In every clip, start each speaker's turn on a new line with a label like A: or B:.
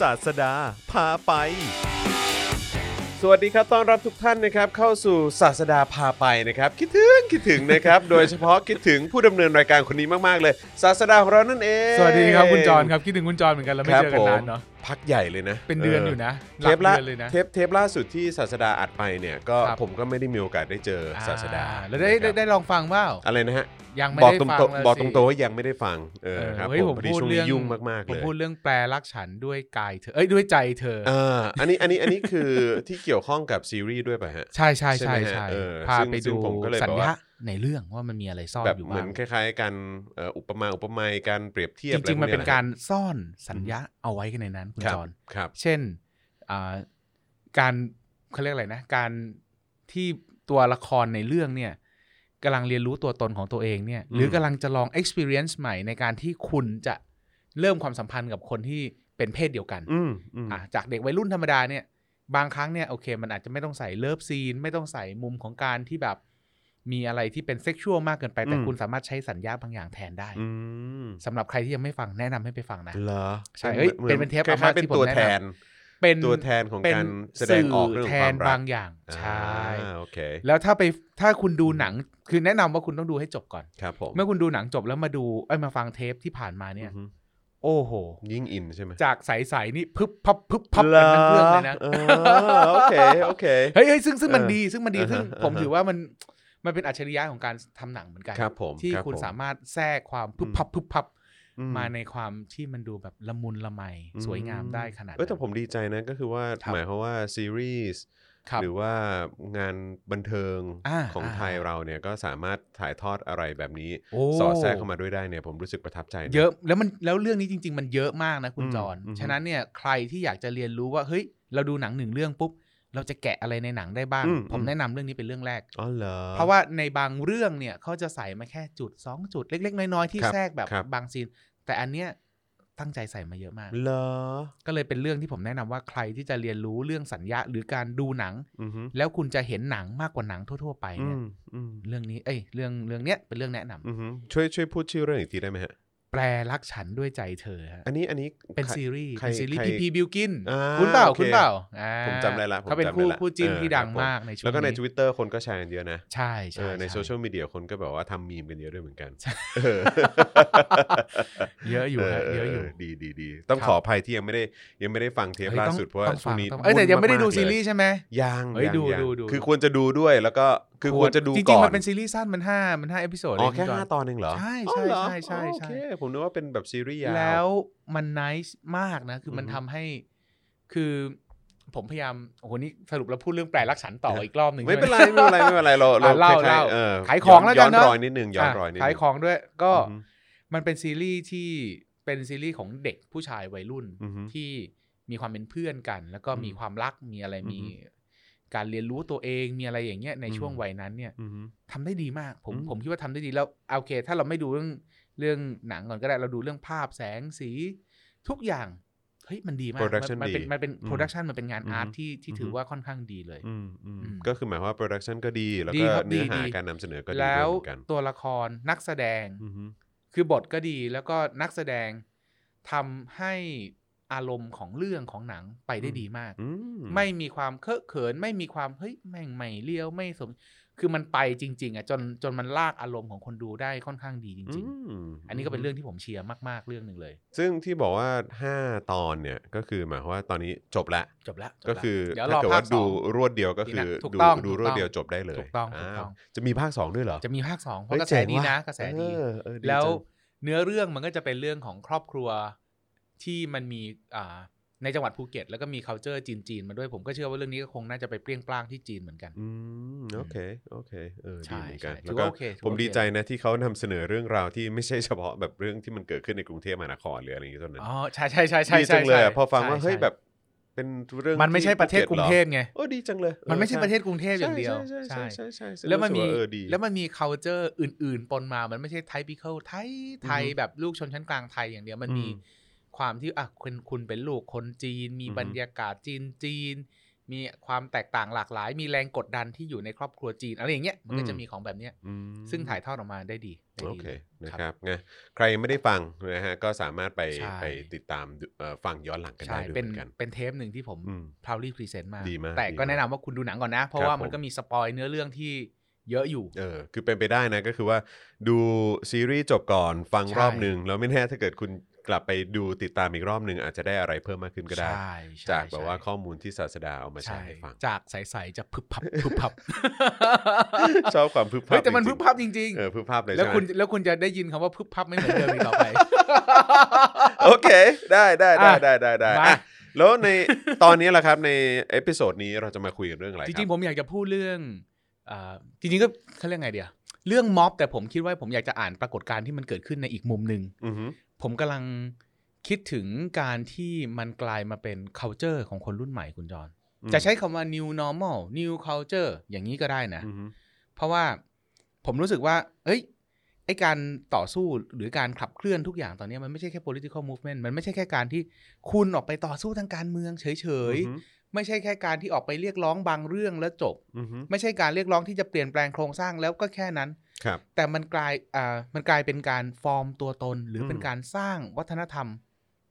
A: ศาสดา พาไป
B: สวัสดีครับต้อนรับทุกท่านนะครับเข้าสู่ศาสดาพาไปนะครับ คิดถึงคิดถึงนะครับ โดยเฉพาะคิดถึงผู้ดำเนินรายการคนนี้มากๆเลย ศาสดาของเรานั่นเอง
C: สวัสดีครับคุณจรครับคิดถึงคุณจรเหมือนกันเราไม่
B: ครับ
C: เจอกันนานเนาะ
B: ผมพักใหญ่เลยนะ
C: เป็นเดือนอยู่นะห
B: เท
C: ลัก
B: ปล่า
C: เดือนเลยนะ
B: เทปเทปล่าสุดที่ศาสดาอัดไปเนี่ยก็
C: ครับ
B: ผมก็ไม่ได้มีโอกาสได้เจอศาสดา
C: อ่แล้วได้
B: นะค
C: ได้
B: รับ
C: ได้ลองฟังเปล่า
B: อะไรนะฮะ
C: ยังไม่
B: บอก
C: ได้
B: ตรง
C: ฟังเลย
B: ๆบอกต
C: สิ
B: รงๆว่ายังไม่ได้ฟังเอ
C: เอ
B: อ
C: อ
B: ครับ
C: เฮ้ย
B: ผ
C: ผม
B: พ
C: ม
B: อดี
C: พูด
B: ช่วง
C: เรื่
B: นี้
C: อง
B: ยุ่งมากๆ
C: ผ
B: เล
C: ม
B: ย
C: พูดเรื่องแปลรักฉันด้วยกายเธอเอ้ยด้วยใจเธอ
B: อ่าอันนี้อันนี้อันนี้คือที่เกี่ยวข้องกับซีรีส์ด้วยป่ะฮะ
C: ใช่ใช่
B: ใช่
C: ใช่
B: ไหมฮะ
C: ใช่
B: เออ
C: พา
B: ซึ่ง
C: ไป
B: ซึ่
C: ดู
B: งผมก็เลย
C: สัญ
B: แบบว่า
C: ญาในเรื่องว่ามันมีอะไรซ่อน
B: แบบ
C: อยู่
B: เหมื
C: บ้า
B: อน
C: ง
B: คล้ายๆกันเอ่ออุปมาอุปไมยการเปรียบเทียบ
C: จริงๆมัน
B: อะไพว
C: เป็น
B: ยะ
C: การซ่อนสัญญาเอาไว้กันในนั้นคุณ
B: ครั
C: จ
B: บ
C: ร
B: ครับ
C: เช่นอ่าการเขาเรียกอะไรนะ การที่ตัวละครในเรื่องเนี่ยกำลังเรียนรู้ตัวตนของตัวเองเนี่ย
B: อืม
C: หรือกำลังจะลอง experience ใหม่ในการที่คุณจะเริ่มความสัมพันธ์กับคนที่เป็นเพศเดียวกัน
B: อืมอืม
C: อ่ะจากเด็กวัยรุ่นธรรมดาเนี่ย บางครั้งเนี่ยโอเค มันอาจจะไม่ต้องใส่เลิฟซีน ไม่ต้องใส่มุมของการที่แบบ มีอะไรที่เป็นเซ็กชวลมากเกินไปแต่คุณสามารถใช้สัญญาบางอย่างแทนได้
B: อืม
C: สำหรับใครที่ยังไม่ฟังแนะนำให้ไปฟังนะ
B: เหรอ
C: ใช่เฮ้ย
B: หมือ
C: เป็นเทป
B: คล้ายๆเป็น
C: อาม่าที่ผม
B: ตัวแท
C: แนะ
B: น
C: น เป็น
B: ตัวแทนของ
C: เป็น
B: การแสดงออกเรื่อง
C: สื่
B: ค
C: แท
B: วานมรัก
C: บางอย่างใช่
B: อ่าโอเค
C: แล้วถ้าไปถ้าคุณดูหนังคือแนะนำว่าคุณต้องดูให้จบก่อน
B: ครับผม
C: เมื่อคุณดูหนังจบแล้วมาดูเอ้ยมาฟังเทปที่ผ่านมาเนี่ย
B: อือฮึ
C: โอ้โห
B: ยิ่งอินใช่ไหม
C: จากใสๆนี่พึบพับพึบพับกันทั้งเรื่องเลยนะ
B: หรออโอเคโอเค
C: เฮ้ยเฮ้ยซึ่งซึ่งมัน
B: เออ
C: ดีซึ่งมันดี
B: อ่าฮะ
C: ซึ่งผม
B: อ่าฮะ
C: ถือว่ามันมันเป็นอัจฉริยะของการทำหนังเหมือนกัน
B: ครับผม
C: ที่
B: ครับ
C: คุณ
B: ผม
C: สามารถแทรกความพึบ
B: อืม
C: พับพึบพับ
B: อืม
C: มาในความที่มันดูแบบละมุนละไม
B: อืม
C: สวยงามได้ขนาด
B: เอ้ยแต่
C: นั้น
B: ผมดีใจนะก็คือว่า
C: ครับ
B: หมายความว่าซีรีส์
C: ครับ
B: หรือว่างานบันเทิง
C: อ่า
B: ของ
C: อ่า
B: ไทยเราเนี่ยก็สามารถถ่ายทอดอะไรแบบนี้
C: โอ้
B: สอดแทรกเข้ามาด้วยได้เนี่ยผมรู้สึกประทับใจน
C: เยอะแล้วมันแล้วเรื่องนี้จริง ๆ มันเยอะมากนะคุณ
B: อืม
C: จอน
B: อืม
C: ฉะนั้นเนี่ยใครที่อยากจะเรียนรู้ว่าเฮ้ยเราดูหนังหนึ่งเรื่องปุ๊บ เราจะแกะอะไรในหนังได้บ้าง ผมแนะนำเรื่องนี้เป็นเรื่องแรก
B: อ๋อเหรอ
C: เพราะว่าในบางเรื่องเนี่ยเขาจะใส่มาแค่จุด 2 จุดเล็ก ๆ น้อย ๆ ที่
B: ครับ
C: แทรกแบบ
B: ครับ
C: บางซีน แต่อันเนี้ยตั้งใจใส่มาเยอะมาก
B: เหรอ
C: ก็เลยเป็นเรื่องที่ผมแนะนำว่าใครที่จะเรียนรู้เรื่องสัญญาหรือการดูหนัง
B: อือฮึ
C: แล้วคุณจะเห็นหนังมากกว่าหนังทั่ว ๆ ไป
B: อื
C: เนี่ย
B: มอืม
C: เรื่องนี้เอ้ยเรื่องเรื่องเนี้ยเป็นเรื่องแนะนำ
B: อือฮึช่วยช่วยพูดชื่อเรื่องอีกทีได้ไหมฮะ
C: แปลรักฉันด้วยใจเธอฮะ
B: อันนี้อันนี้
C: เป็นซีรีส์
B: ใคร
C: เป็นซีรีส์
B: ใคร
C: พีพีบิลกิน
B: อ่า
C: คุณเปล่า
B: โอเค
C: คุณเปล่าอ่า
B: ผมจำได้ละผม
C: เขาเป็นคู่
B: จำได้ละ
C: คู่จิ้น
B: เออ
C: ที่ดั
B: ค
C: ง
B: รับผม
C: มากในช่วง
B: แล้วก็ใน
C: นี้
B: Twitter คนก็แชร์กันเยอะนะ
C: ใช่
B: เอ
C: ใช่
B: อในโซ
C: ช่
B: เชียลมีเดียคนก็แบบว่าทำมีมกันเยอะด้วยเหมือนกัน
C: ใช่
B: เออ
C: เยอะอยู่ฮะ
B: เ
C: เยอะอยู่
B: ดีดีดีต้อง
C: ครับ
B: ขออภัยที่ยังไม่ได้ยังไม่ได้ฟังเทป
C: เฮ้ย
B: ล่า
C: ต้อง
B: สุดเพราะว่า
C: ต้อง
B: ช่วงนี้
C: ฟัต้องเอ้ยแต่ยังไม่ได้ดู
B: ากๆ
C: ซี
B: เลย
C: รีส์ใช่ไหม
B: ยัง
C: เฮ้ย
B: ง
C: ดู
B: ง
C: ดูดู
B: คือควรจะดูด้วยแล้วก็คือควรจะดู
C: จ
B: ก่
C: ริง
B: อน
C: ๆมันเป็นซีรีส์สั้นมันห้ามันห้าเอพิโซด
B: อ๋อแค่
C: เง
B: ห้า
C: จ
B: ตอนเองเหรอ
C: ใช่
B: อ๋อเหรอ
C: ใช่ใช่
B: อ๋อโอ
C: ใช่
B: เคผมนึกว่าเป็นแบบซีรีส์ยาว
C: แล้วมันนิสมากนะ คือมัน
B: อือฮึ
C: ทำให้ คือผมพยายามโอ้โหนี่สรุปแล้วพูดเรื่องแปลรักฉันต่ออีกรอบหนึ่ง
B: ไม่เป็นไร
C: ใช่ห
B: ไม่เป็นไรไม่เป็นไรเราเรา
C: อ่ะเล่า
B: คย
C: เล่า
B: ๆออ
C: ขายของแล้วกัน
B: ย้
C: เนอะ
B: รอยนิดนึงย้อนรอยนิดนึง
C: ขายของด้วยก็
B: อือฮึ
C: มันเป็นซีรีส์ที่เป็นซีรีส์ของเด็กผู้ชายวัยรุ่น
B: อือฮึ
C: ที่มีความเป็นเพื่อนกัน แล้วก็มี
B: อืม
C: ความรักมีอะไร
B: อือฮึ
C: มี การเรียนรู้ตัวเองมีอะไรอย่างเงี้ยใน
B: อืม
C: ช่วงวัยนั้นเนี่ย
B: อือฮึ
C: ทำได้ดีมาก ผม
B: อืม
C: ผมคิดว่าทำได้ดีแล้วโอเค ถ้าเราไม่ดูเรื่องเรื่องหนังก่อนก็ได้เราดูเรื่องภาพแสงสี ทุกอย่างเฮ้ยมันดีมาก
B: Production
C: มัเป็น
B: ดี
C: มันเป็น
B: อืม
C: โปรดักชันมันเป็นงาน
B: อือฮึ
C: อาร์ตที่ที่ถืออ
B: อฮึ
C: ว่าค่อนข้างดีเลย
B: อืมอืม
C: อืม
B: ก็คือหมายความว่าโปรดักชันก็ดีแล้ว
C: ดี
B: ก็
C: ครับ
B: เนื้อหา
C: ดีดี
B: การนำเสนอก็ดีด้ว
C: แล้
B: ยว เหมือนกัน
C: ตัวละครนักแสดง
B: อือฮึ
C: คือบทก็ดีแล้วก็นักแสดงทำให้อารมณ์ของเรื่องของหนังไปได้ดีมาก
B: อื
C: ไม่มีความเคอะเขิน ไม่มีความเฮ้ยแม่งไม่เลี้ยวไม่สม คือมันไปจริง ๆอ่ะจนจนมันลากอารมณ์ของคนดูได้ค่อนข้างดีจริง
B: อืม
C: ๆ อันนี้ก็เป็นเรื่องที่ผมเชียร์มากๆเรื่องหนึ่งเลย
B: ซึ่งที่บอกว่าห้าตอนเนี่ยก็คือหมายความว่าตอนนี้จบละ
C: จบละจบละ
B: ก็คือ
C: เดี๋ยวร
B: ถ้า
C: อ
B: เกิด
C: ภา
B: ว่า
C: คส
B: ดู
C: อง
B: รวดเดียวก็
C: ดี
B: คื
C: นะ
B: อ
C: ถูก
B: ดู
C: ต้อง
B: ดู
C: ถูก
B: รวด
C: ต้อง
B: เดียวจบได้เลย
C: ถูกต้องถูก
B: า
C: ต้อง
B: จะมีภาคสองด้วยเหรอ
C: จะมีภาคสองเพราะ
B: ฮ้ย
C: กระแสดีนะ
B: เจ๋งว่
C: กระแสดี
B: เออเออ
C: แล้ว
B: จัง
C: เนื้อเรื่องมันก็จะเป็นเรื่องของครอบครัวที่มันมีอ่าในจังหวัดภูเก็ต แล้วก็มี c u เจอร์จีนๆมาด้วยผมก็เชื่อว่าเรื่องนี้ก็คงน่าจะไปเปรี้ยงปร้างที่จีนเหมือนกัน
B: อืมโอเคโอเคเออดี
C: ใช่
B: เหมือนกั
C: ใช่
B: น
C: ถื
B: แล้ว
C: อ
B: ก็
C: ว่าโอเคถือ
B: ผม
C: ว่าโอเค
B: ดีใจนะที่เขานำเสนอเรื่องราวที่ไม่ใช่เฉพาะแบบเรื่องที่มันเกิดขึ้นในกรุงเทพมหานครหรืออะไรอย่างงี้เท่านั้น
C: อ๋อใช่ใช่ใช่ใช่
B: ดี
C: ใช่
B: จังเลยอะ
C: ใช่
B: พอฟังว่า
C: ใช่
B: เฮ้ย
C: ใช่
B: แบบเป็นเรื่อง
C: มันไม่ใช่ประเทศกรุงเทพ
B: หอ
C: ไง
B: โอ้ดีจังเลย
C: มันไม่ใช่
B: ออ
C: ประเทศกรุงเทพอย่างเดียว
B: ใช่ใช่ใช่ใช่ใช่
C: แล้วมันมี
B: ซึ่งรู้สึกาเออดี
C: แล้วมันมี c u เจอร์อื่น ๆ ปนมา มันไม่ใช่ไทปิเคิลไทยไทย
B: อือฮึ
C: แบบลูกชนชั้นกลางไทยอย่างเดียวมันมี
B: อืม
C: ความที่อ่ะคุณคุณเป็นลูกคนจีน มี
B: อือฮึ
C: บรรยากาศจีนจีน มีความแตกต่างหลากหลาย มีแรงกดดันที่อยู่ในครอบครัวจีนอะไรอย่างเงี้ยมันก็จะมีของแบบเนี้ย
B: อืม
C: ซึ่งถ่ายทอดออกมาได้ดีได้
B: โอ
C: ดี
B: เค
C: เลย
B: นะครับนะใครยังไม่ได้ฟังนะฮะก็สามารถไป
C: ใช่
B: ไปติดตามดูเอ่อฟังย้อนหลังกัน
C: ใช่
B: ได้ด้วย
C: เป็น
B: เหมือนกัน
C: เป็นเทปหนึ่งที่ผม
B: อืม
C: พาวลี่พรีเซนต์มา
B: ดีมาก
C: แต่ก็
B: ดีมาก
C: แนะนำว่าคุณดูหนังก่อนนะ เพราะ
B: ครับ
C: ว่ามัน
B: ผม
C: ก็มีสปอยเนื้อเรื่องที่เยอะอยู่
B: เออคือเป็นไปได้นะก็คือว่าดูซีรีส์จบก่อนฟัง
C: ใช่
B: รอบหนึ่งแล้วไม่แน่ถ้าเกิดคุณกลับไปดูติดตามอีกรอบหนึ่งอาจจะได้อะไรเพิ่มมากขึ้นก็ได้
C: ใช่ใช่
B: จากแบบว่า
C: ใช่
B: ข้อมูลที่ศาสดาเอามาแชร์ให้ฟัง
C: จากใสๆจะพึบ พับ พึบพับ
B: ชอบความพึบพับ
C: เฮ้ยแต่มัน
B: จริ
C: พึ
B: ง
C: บ
B: ๆ
C: พับจริง
B: เออพึบพับเลย
C: แล้ว
B: ใช่ไหม
C: คุณแล้วคุณจะได้ยินคำว่าพึบพับไม่เหมือน เดิมอีกต่อไป
B: โอเค ได้ได้ได้
C: อ่ะ
B: ได้ได้ได้
C: มา
B: อ่ะแล้วในตอนนี้ล่ะครับในเอพิโซดนี้เราจะมาคุยกันเรื่องอะไรค
C: จ
B: รับ
C: ริงๆผมอยากจะพูดเรื่องเอ่อจริงๆก็เขาเรียกไงเดียวเรื่องม็อบแต่ผมคิดว่าผมอยากจะอ่านปรากฏการณ์ที่มันเกิดขึ้นในอีกมุมหนึ่ง
B: อือฮึ
C: ผมกำลังคิดถึงการที่มันกลายมาเป็น culture ของคนรุ่นใหม่คุณจอน
B: อืม
C: จะใช้คำว่า new normal new culture อย่างนี้ก็ได้นะ
B: อือฮึ
C: เพราะว่าผมรู้สึกว่า เอ้ย ไอการต่อสู้หรือการขับเคลื่อนทุกอย่างตอนนี้มันไม่ใช่แค่ political movement มันไม่ใช่แค่การที่คุณออกไปต่อสู้ทางการเมืองเฉยๆ ไม่ใช่แค่การที่ออกไปเรียกร้องบางเรื่องแล้วจบ
B: อือฮึ
C: ไม่ใช่การเรียกร้องที่จะเปลี่ยนแปลงโครงสร้างแล้วก็แค่นั้น
B: ครับ
C: แต่มันกลายอ่ามันกลายเป็นการฟอร์มตัวตน หรืออ
B: ม
C: เป็นการสร้างวัฒนธรรม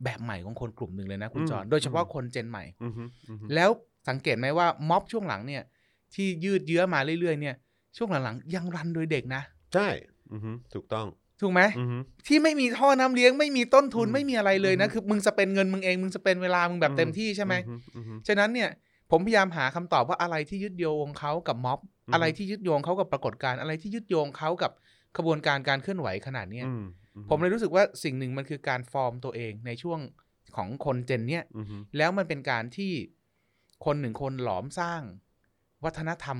C: แบบใหม่ของคนกลุ่มหนึ่งเลยนะคุณ
B: อืม
C: จอน โดยเฉพาะ
B: อืม
C: คนเจนใหม่
B: อือฮึอือฮึ
C: แล้วสังเกตไหมว่าม็อบช่วงหลังเนี่ย ที่ยืดเยื้อมาเรื่อยๆเนี่ย ช่วงหลังๆยังรันโดยเด็กนะ
B: ใช่อือฮึถูกต้อง
C: ถูกไหม
B: อือฮึ
C: ที่ไม่มีท่อน้ำเลี้ยงไม่มีต้นทุน
B: อืม
C: ไม่มีอะไรเลยนะ
B: อืม
C: คือมึงจะเป็นเงินมึงเองมึงจะเป็นเวลามึงแบบเต็ม
B: อื
C: ที่ใช่ไหม
B: อือฮึอือฮึ
C: ฉะนั้นเนี่ยผมพยายามหาคำตอบว่าอะไรที่ยึดโยงเขากับม็อบ
B: อืม
C: อะไรที่ยึดโยงเขากับปรากฏการณ์อะไรที่ยึดโยงเขากับขบวนการการเคลื่อนไหวขนาดเนี้ย
B: อือือฮึ
C: ผมเลยรู้สึกว่าสิ่งหนึ่งมันคือการฟอร์มตัวเองในช่วงของคนเจนเนี้ย
B: อือฮึ
C: แล้วมันเป็นการที่คนหนึ่งคนหลอมสร้าง วัฒนธรรม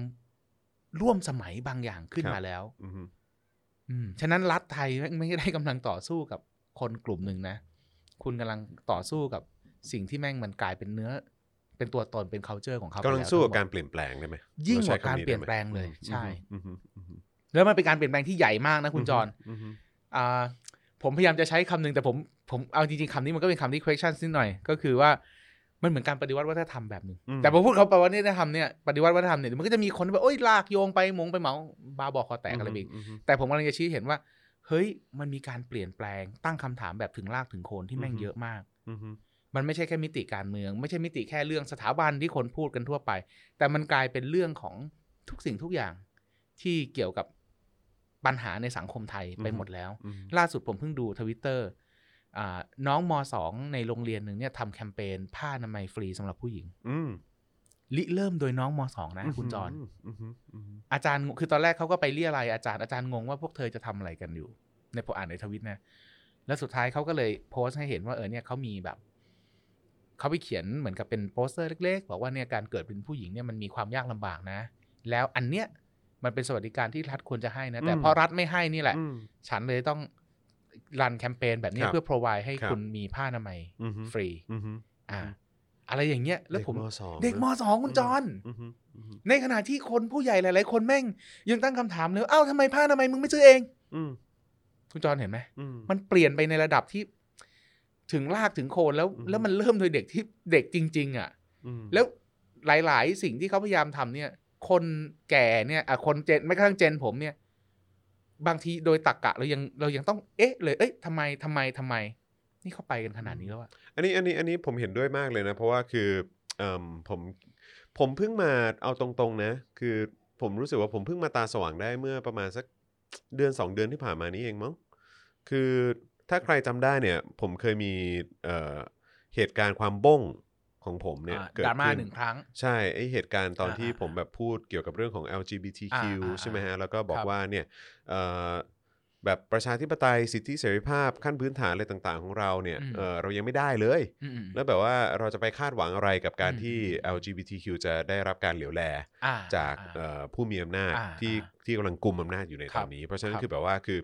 C: ร่วมสมัยบางอย่างขึ้น
B: ครับ
C: มาแล้ว
B: อือฮึ
C: อืมฉะนั้นรัฐไทยไม่ไม่ได้กำลังต่อสู้กับคนกลุ่มหนึ่งนะ คุณกำลังต่อสู้กับสิ่งที่แม่งมันกลายเป็นเนื้อ เป็นตัวตนเป็น culture ของเขาไป
B: กำลัง
C: แว
B: สู้กับ
C: ทั้งหมด
B: การเปลี่ยนแปลงได้ไหม
C: ยิ่งกว่า
B: ใช้คำ
C: การเปลี่ยน
B: ได้ไหม
C: แปลงเลย
B: อืม
C: ใช่
B: อืมอืมอืม
C: แล้วมันเป็นการเปลี่ยนแปลงที่ใหญ่มากนะคุณจร
B: มม
C: อ่าผมพยายามจะใช้คำหนึ่งแต่ผมผมเอาจริงๆคำนี้มันก็เป็นคำที่ question นิดหน่อย ก็คือว่ามันเหมือนการปฏิวัติวัฒนธรรมแบบหนึ่งแต่พอพูดเขาไปว่าเนี่ยธรรมเนี่ยปฏิวัติวัฒนธรรมเนี่ยมันก็จะมีคนที่แบบโอ้ยลากโยงไปหมงไปเหมาบาบอคอแตกอะไรไปอีก
B: มม
C: แต่ผมกำลังจะชี้เห็นว่า เฮ้ยมันมีการเปลี่ยนแปลงตั้งคำถามแบบถึงรากถึงโคนที่แม่ง
B: อือฮึ
C: เยอะมาก
B: อืมอืม
C: มันไม่ใช่แค่มิติการเมือง ไม่ใช่มิติแค่เรื่องสถาบันที่คนพูดกันทั่วไป แต่มันกลายเป็นเรื่องของทุกสิ่งทุกอย่างที่เกี่ยวกับปัญหาในสังคมไทยไปหมดแล้ว
B: อืม
C: ล่าสุดผมเพิ่งดูทวิตเตอร์น้องมสองในโรงเรียนหนึ่งเนี่ยทำแคมเปญผ้าอนามัยฟรีสำหรับผู้หญิง
B: อืม
C: ริเริ่มโดยน้องมสองนะ คุณจร
B: อืมอืมอืม
C: อาจารย์งงคือตอนแรกเขาก็ไปเรียอะไรยอาจารย์อาจารย์งงว่าพวกเธอจะทำอะไรกันอยู่ ในผมอ่านในทวิตนะ แล้วสุดท้ายเขาก็เลยโพสต์ให้เห็นว่าเออเนี่ยเขามีแบบ เขาไปเขียนเหมือนกับเป็นโปสเตอร์เล็กๆ บอกว่าเนี่ยการเกิดเป็นผู้หญิงเนี่ยมันมีความยากลำบากนะ แล้วอันเนี้ยมันเป็นสวัสดิการที่รัฐควรจะให้นะ แต่เพราะรัฐไม่ให้นี่แหละ
B: อืม
C: ฉันเลยต้องรันแคมเปญแบบนี้
B: ครับ
C: เพื่อ provide ให้
B: ครับ
C: คุณมีผ้าอนามัย
B: อือฮึ
C: ฟรี
B: อืมอืม
C: อ่า
B: อืม
C: อะไรอย่างเงี้ย แล้วผม
B: เด็กสอง
C: เด็กม
B: นะ
C: สองคุณจอน
B: อืมอืมอืม
C: ในขณะที่คนผู้ใหญ่หลายๆ คนแม่ง ยังตั้งคำถามเลยว่าเอ้าทำไมผ้าอนามัยมึงไม่ซื้อเอง
B: อืม
C: คุณจอนเห็นไหม
B: อืม
C: มันเปลี่ยนไปในระดับที่ ถึงลากถึงโคนแล้ว
B: อืม
C: แล้วมันเริ่มโดยเด็กที่เด็กจริง ๆ อ่ะ
B: อืม
C: แล้วหลาย ๆ สิ่งที่เขาพยายามทำเนี่ย คนแก่เนี่ยอ่ะคนเจนไม่กระทั่งเจนผมเนี่ย บางทีโดยตรกกะเรายังเรายังต้องเอ๊ะ เลยเอ้ยทำไมทำไมทำไม นี่เข้าไปกันขนาดนี้แล้วอะ
B: อันนี้อันนี้อันนี้ผมเห็นด้วยมากเลยนะ เพราะว่าคือเอ่มผมผมเพิ่งมาเอาตรงๆนะ คือผมรู้สึกว่าผมเพิ่งมาตาสว่างได้เมื่อประมาณสักเดือนสองเดือนที่ผ่านมานี้เองมั้งคือถ้าใครจำได้เนี่ย ผมเคยมีเอ่อเหตุการณ์ความบ้งของผมเนี่ย
C: อ่ะ
B: เกิด
C: ดราม่า
B: ขึ้น
C: หนึ่งครั้ง
B: ใช่ไอเหตุการณ์ตอน
C: อ่า
B: ที่
C: อ่า
B: ผมแบบพูดเกี่ยวกับเรื่องของ LGBTQ
C: อ่าอ่า
B: ใช่ไหมฮะ แล้วก็บอก
C: ครับ
B: ว่าเนี่ยเอ่อแบบประชาธิปไตยสิทธิเสรีภาพขั้นพื้นฐานอะไรต่างๆ ของเราเนี่ย
C: อืม
B: เอ่อเรายังไม่ได้เลย
C: อืมๆ
B: แล้วแบบว่าเราจะไปคาดหวังอะไรกับการ
C: อืม
B: ที่ LGBTQ จะได้รับการเหลียวแล
C: อ่
B: จาก
C: อ่
B: เอ่อผู้มีอำนาจ
C: อ่า
B: ที่
C: อ่
B: ที่กำลังกุมอำนาจอยู่ใน
C: ค
B: ต
C: รั
B: อบ นนี้ เพราะฉะนั้น
C: ครับ
B: คือแบบว่าคือ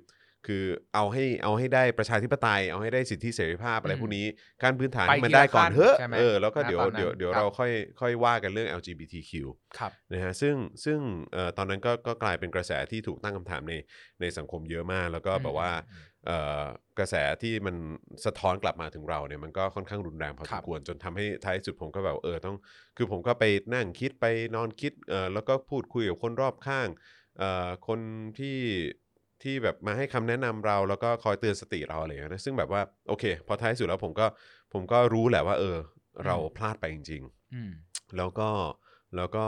B: คือเอาให้เอาให้ได้ประชาธิปไตย เอาให้ได้สิทธิเสรีภาพอะไร
C: อืม
B: พวกนี้การพื้นฐาน
C: ไป
B: ให้มัน
C: ทีละ
B: ได้ก่อน
C: ขั้น
B: เถอะ
C: ใช่ไหม
B: เออแล้วก็เดี๋ยว
C: ณตอนนั้น
B: เดี๋ยวเดี๋ยว
C: ครับ
B: เราค่อยค่อยว่ากันเรื่อง LGBTQ
C: ครับ
B: นะฮะซึ่งซึ่งเอ่อตอนนั้นก็ก็กลายเป็นกระแสที่ถูกตั้งคำถามในในสังคมเยอะมาก แล้วก็แบบว่า เอ่อกระแสที่มันสะท้อนกลับมาถึงเราเนี่ยมันก็ค่อนข้างรุนแรงพอส
C: ครั
B: ม
C: บ
B: ควรจนทำให้ท้ายสุดผมก็แบบเออต้อง คือผมก็ไปนั่งคิดไปนอนคิดเออแล้วก็พูดคุยกับคนรอบข้างเอ่อคนที่ที่แบบมาให้คำแนะนำเราแล้วก็คอยเตือนสติเราอะไรอย่างเงี้ยนะซึ่งแบบว่าโอเค พอท้ายสุดแล้วผมก็ผมก็รู้แหละว่า เออ เราพลาดไปจริง ๆ
C: อืม
B: แล้วก็แล้วก็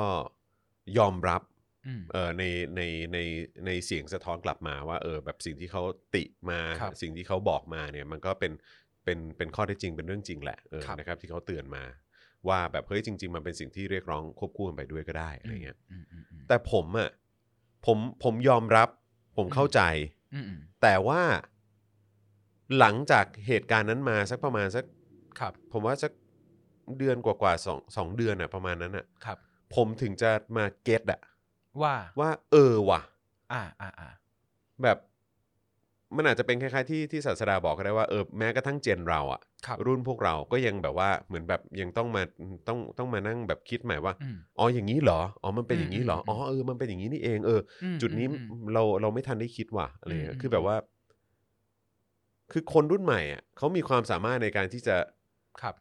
B: ยอมรับ
C: อืม
B: เอ่อในในในในเสียงสะท้อนกลับมาว่าเออแบบสิ่งที่เขาติมา
C: ครับ
B: สิ่งที่เขาบอกมาเนี่ยมันก็เป็นเป็นเป็นข้อเท็จจริงเป็นเรื่องจริงแหละเออ
C: ครับ
B: นะครับที่เขาเตือนมา ว่าแบบเฮ้ยจริง ๆ มันเป็นสิ่งที่เรียกร้องควบคู่กันไปด้วยก็ได้อะไรเงี้ย
C: มอืมอืม
B: แต่ผมอะ่ะผมผมยอมรับผมเข้าใจ
C: อืมอืม
B: แต่ว่าหลังจากเหตุการณ์นั้นมาสักประมาณสัก
C: ครับ
B: ผมว่าสักเดือนกว่าๆสองสองเดือนอ่ะประมาณนั้นอ่ะ
C: ครับ
B: ผมถึงจะมาเก็ตอะ
C: ว่า
B: ว่าเออว่ะ
C: อ่าอ่าอ่า
B: แบบมันอาจจะเป็นคล้ายๆที่ที่ศาสดาบอกก็ได้ว่าเออแม้กระทั่งเจนเราอะ
C: ครับ
B: รุ่นพวกเราก็ยังแบบว่าเหมือนแบบยังต้องมาต้องต้องมานั่งแบบคิดใหม่ว่า
C: อืม
B: อ๋ออย่างนี้เหรออ๋อมันเป็น
C: อืม
B: อย่างนี้เหรอ
C: อืม
B: อ๋อเออมันเป็นอย่างนี้นี่เองเออ
C: อืม
B: จุดนี้
C: อืมอืม
B: เราเราไม่ทันได้คิดว่ะอะไรเงี้ย
C: อืม
B: คือแบบว่า คือคนรุ่นใหม่อะเขามีความสามารถในการที่จะ
C: ครับ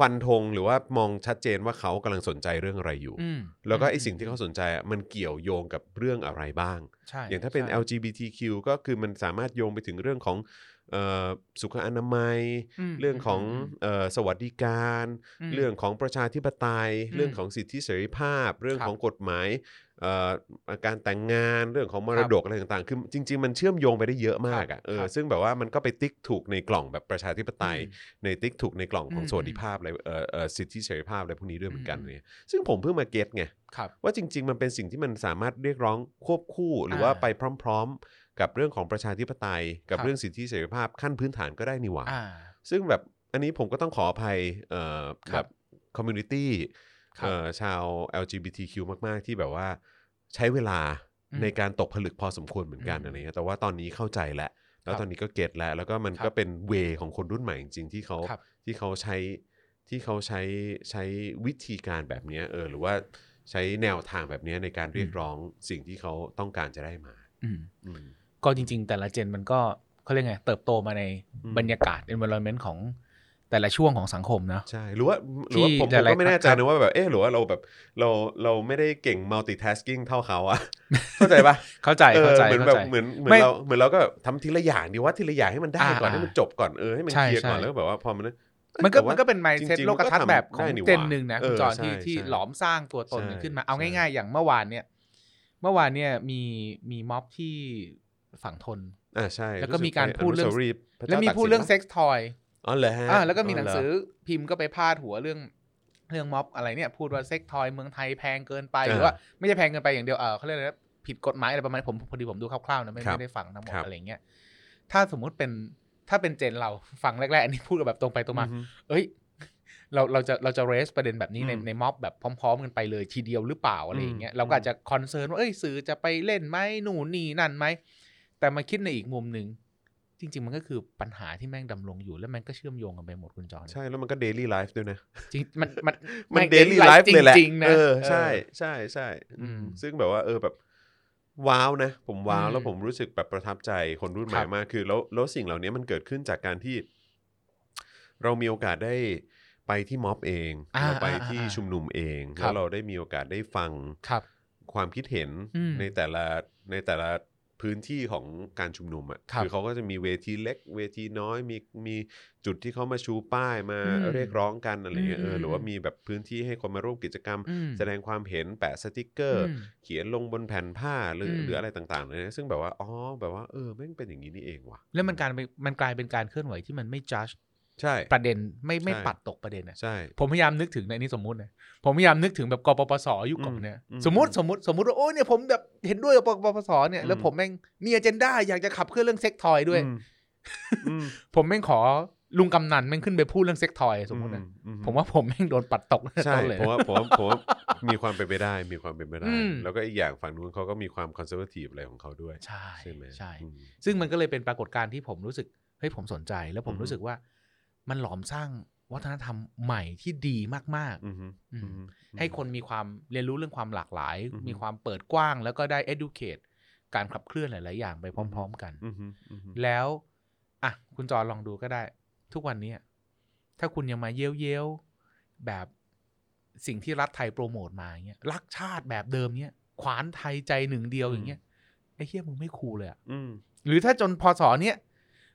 B: ฟันธงหรือว่ามองชัดเจนว่าเขากำลังสนใจเรื่องอะไรอยู่
C: อืม
B: แล้วก็
C: ม
B: ไอสิ่งที่เขาสนใจอะมันเกี่ยวโยงกับเรื่องอะไรบ้าง
C: ใช่
B: อย่างถ้าเป็น
C: ใช่
B: LGBTQ ก็คือมันสามารถโยงไปถึงเรื่องของเอ่อสุขอนามัย
C: ม
B: เรื่องของเอ่อสวัสดิการ
C: มม
B: เรื่องของประชาธิปไตย
C: อืม
B: เรื่องของสิทธิเสรีภาพ เรื่อง
C: ครับ
B: ของกฎหมายเอ่อการแต่งงานเรื่องของมรดกอะไรต่างๆคือจริง ๆ มันเชื่อมโยงไปได้เยอะมาก
C: ครับ
B: อ่ะเออ
C: ครับ
B: ซึ่งแบบว่ามันก็ไปติ๊กถูกในกล่องแบบประชาธิปไตย
C: อืม
B: ในติ๊กถูกในกล่องของ
C: อืม
B: สวัสดิภาพอะไรเอ่อเอ่อสิทธิเสรีภาพอะไรพวกนี้ด้วยเหมือนกัน
C: อืม
B: เนี่ยซึ่งผมเพิ่งมาเก็ตไง
C: ครับ
B: ว่าจริง ๆ มันเป็นสิ่งที่มันสามารถเรียกร้องควบคู่ หรือว่า
C: อ่า
B: ไปพร้อม ๆ กับเรื่องของประชาธิปไตย กับ
C: ครับ
B: เรื่องสิทธิเสรีภาพขั้นพื้นฐานก็ได้นี่หว่า
C: อ่า
B: ซึ่งแบบอันนี้ผมก็ต้องขออภัยเอ่อ
C: ค
B: แบ
C: รั
B: บบ คอมมูนิตี้
C: ครับ
B: ชาว LGBTQ มาก ๆ ที่แบบว่าใช้เวลา
C: อืม
B: ในการตกผลึกพอสมควรเหมือนกัน
C: อืม
B: อะไรเงี้ยแต่ว่าตอนนี้เข้าใจแล้วแล้ว
C: ครับ
B: ตอนนี้ก็เก็ตแล้ว แล้วก็มัน
C: ครับ
B: ก็เป็นเวของคนรุ่นใหม่จริงๆที่เขา
C: ครับ
B: ที่เขาใช้ที่เขาใช้ใช้วิธีการแบบเนี้ยเออหรือว่าใช้แนวทางแบบเนี้ยในการเรียกร้องสิ่งที่เขาต้องการจะได้มา
C: อืม
B: อืม
C: ก็จริง ๆ แต่ละเจนมันก็เขาเรียกไง เติบโตมาใน
B: อืม
C: บรรยากาศ environment ของแต่ละช่วงของสังคมเนอะ
B: ใช่หรือว่าหรือว่า
C: ที่
B: ผม
C: หลาย
B: ผม
C: ๆ
B: ก็ไม่แน่ใจ
C: ครับ
B: นะว่าแบบเออหรือว่าเราแบบเราเราไม่ได้เก่ง multitasking เท่าเขา อะ เข้าใจปะ
C: เข้าใจ
B: เออ
C: เข้าใจ
B: เหมือน
C: เข้า
B: แบบ
C: ใจ
B: เหมือนเหมือ
C: ไม่
B: นเราเหมือนเราก็แบบทำทีละอย่างดีว่าทีละอย่างให้มันได้
C: อ่า
B: ก่อน
C: อ่า
B: ให้มันจบก่อนเออให้มัน
C: ใช่
B: เคลียร์ก่อน
C: ใช่
B: แล้วก็แบบว่าพอมันเอ้ย
C: มันก็
B: แต่ว่า
C: มันก็เป็นไม
B: จริงๆ
C: เซ็ตโลกทัศ
B: มันก็
C: น์
B: ทำ
C: แบบของ
B: ได้นี่หว่า
C: เจนหนึ่งนะคุณ
B: เออ
C: จอน
B: ใช่
C: ที่
B: ใช่
C: ที่หลอมสร้างตัวตนกันขึ้นมา
B: ใช่
C: เอา
B: ใช่
C: ง่ายๆ อย่างเมื่อวานเนี่ย เมื่อวานเนี่ยมีมีม็อบที่ฝั่งทน
B: อ่าใช่
C: แล้วก็มีการพูดเรื่อง
B: สึก
C: แล้วมีพูดเรื่องเซ็กซ์ทอย
B: อ๋อเหรอฮะ
C: อ่าแล้วก็มีหนังสื
B: อ
C: อ
B: เ
C: พิมพ์ก็ไปพาดหัวเรื่องเรื่องม็อบอะไรเนี่ย พูดว่าเซ็กซ์ทอยเมืองไทยแพงเกินไปหรือ
B: เออ
C: ว่าไม่ใช่แพงเกินไปอย่างเดียวเออเขาเรียกอะไรนะผิดกฎหมายอะไรประมาณผมพอดีผมดูคร่าวๆนะไม่
B: ครับ
C: ไม่ได้ฟังทั้งหมด
B: ครับ
C: อะไรเงี้ยถ้าสมมุติเป็นถ้าเป็นเจนเราฟังแรกๆอันนี้พูดกันแบบตรงไปตรงมา
B: อือฮึ
C: เอ้ยเราเราจะเราจะเรสประเด็นแบบนี้ใน
B: อืม
C: ในม็อบแบบพร้อม ๆ กันไปเลยทีเดียวหรือเปล่าอะไรอย่างเงี้ยเราก็อาจจะคอนเซิร์นว่าเอ้ยสื่อจะไปเล่นไหมหนูนนี่นั่นไหม แต่มาคิดในอีกมุมหนึ่งจริง ๆ มันก็คือปัญหาที่แม่งดำรงอยู่แล้วมันก็เชื่อมโยงกันไปหมดคุณจอห์น
B: ใช่แล้วมันก็เดลี่ไลฟ์ด้วยนะ
C: จริงมันมัน
B: มัน
C: แง
B: เด
C: daily
B: ลี่ไล
C: life
B: ฟ์เลยแหละ
C: จริงๆนะ
B: เออ
C: เออ
B: ใช่ใช่ใช่อืม
C: อืม
B: ซึ่งแบบว่าเออแบบว้าวนะ ผมว้าว
C: อืม
B: แล้วผมรู้สึกแบบประทับใจคนรุ่นใหม่
C: ครับ
B: มากคือแล้วแล้วสิ่งเหล่านี้มันเกิดขึ้นจากการที่ เรามีโอกาสได้ไปที่ม็อบเอง
C: อ่า
B: เราไป
C: อ่า
B: ที่
C: อ่า
B: ชุมนุมเอง
C: ครับ
B: แล้วเราได้มีโอกาสได้ฟัง
C: ครับ
B: ความคิดเห็น
C: อืม
B: ในแต่ละในแต่ละพื้นที่ของการชุมนุมอ่ะ
C: ครับ
B: คือเขาก็จะมีเวทีเล็ก เวทีน้อยมีมีจุดที่เขามาชูป้ายมา
C: อืม
B: เรียกร้องกันอะไรเงี้ย
C: อืม
B: เออหรือว่า
C: อืม
B: มีแบบพื้นที่ให้คนมาร่วมกิจกรรม
C: อืม
B: แสดงความเห็นแปะสติกเกอร์
C: อืม
B: เขียนลงบนแผ่นผ้าหรืออ
C: ม
B: หรืออะไรต่างๆเลยนะซึ่งแบบว่าอ๋อแบบว่าเออแม่งเป็นอย่างนี้นี่เองว่ะ
C: แล้วมันการเป็นมันกลายเป็นการเคลื่อนไหวที่มันไม่จัด
B: ใช่
C: ประเด็นไม่ไม่
B: ใช่
C: ปัดตกประเด็นอะ
B: ใช่
C: ผมพยายามนึกถึงในนี้สมมุตินะผมพยายามนึกถึงแบบกปปสยุคก่อนเนี่ย
B: อืม
C: สมมติสมมติสมมติว่าโอ้ยเนี่ยผมแบบเห็นด้วยกับกปปสเนี่ย
B: อืม
C: แล้วผมแม่งมีอเจนดาอยากจะขับเคลื่อนเรื่องเซ็กทอยด้วย
B: อืมอืม
C: ผมแม่งขอลุงกำนันแม่งขึ้นไปพูดเรื่องเซ็กทอย สมมตินะ
B: อือื
C: ผมว่าผมแม่งโดนปัดตก
B: ใช่
C: ต้นเลย
B: ผมว่าผมว่าผมว่ามีความเป็นไปได้มีความเป็นไปได้
C: อืม
B: แล้วก็อีกอย่างฝั่งนู้นเขาก็มีความคอนเซอร์วทีฟอะไรของเขาด้วย
C: ใช่
B: ใช่ไหม
C: ใช่
B: อืม
C: ซึ่งมันก็เลยเป็นปรากฏการณ์ที่ผมรู้สึกเฮ้ยผมสนใจ แล้วผม
B: อือฮึ
C: รู้สึกว่า มันหลอมสร้างวัฒนธรรมใหม่ที่ดีมาก
B: อืมฮึ
C: อืม
B: อืมฮึ
C: ๆ ให้คนมีความเรียนรู้เรื่องความหลากหลาย
B: อือฮึ
C: มีความเปิดกว้าง แล้วก็ได้ educate การขับเคลื่อนหลาย ๆ อย่างไปพร้อม ๆ กัน
B: อืมฮึอืมฮึ
C: แล้ว อ่ะคุณจอลองดูก็ได้ ทุกวันนี้อะถ้าคุณยังมาเย้ยวเย้ยวๆแบบสิ่งที่รัฐไทยโปรโมทมาอย่างเงี้ยรักชาติแบบเดิมเนี้ยขวานไทยใจหนึ่งเดียวอย่างเงี้ยไอ้เฮียมึงไม่คูลเลยอะ
B: อืม
C: หรือถ้าจนพศเนี้ย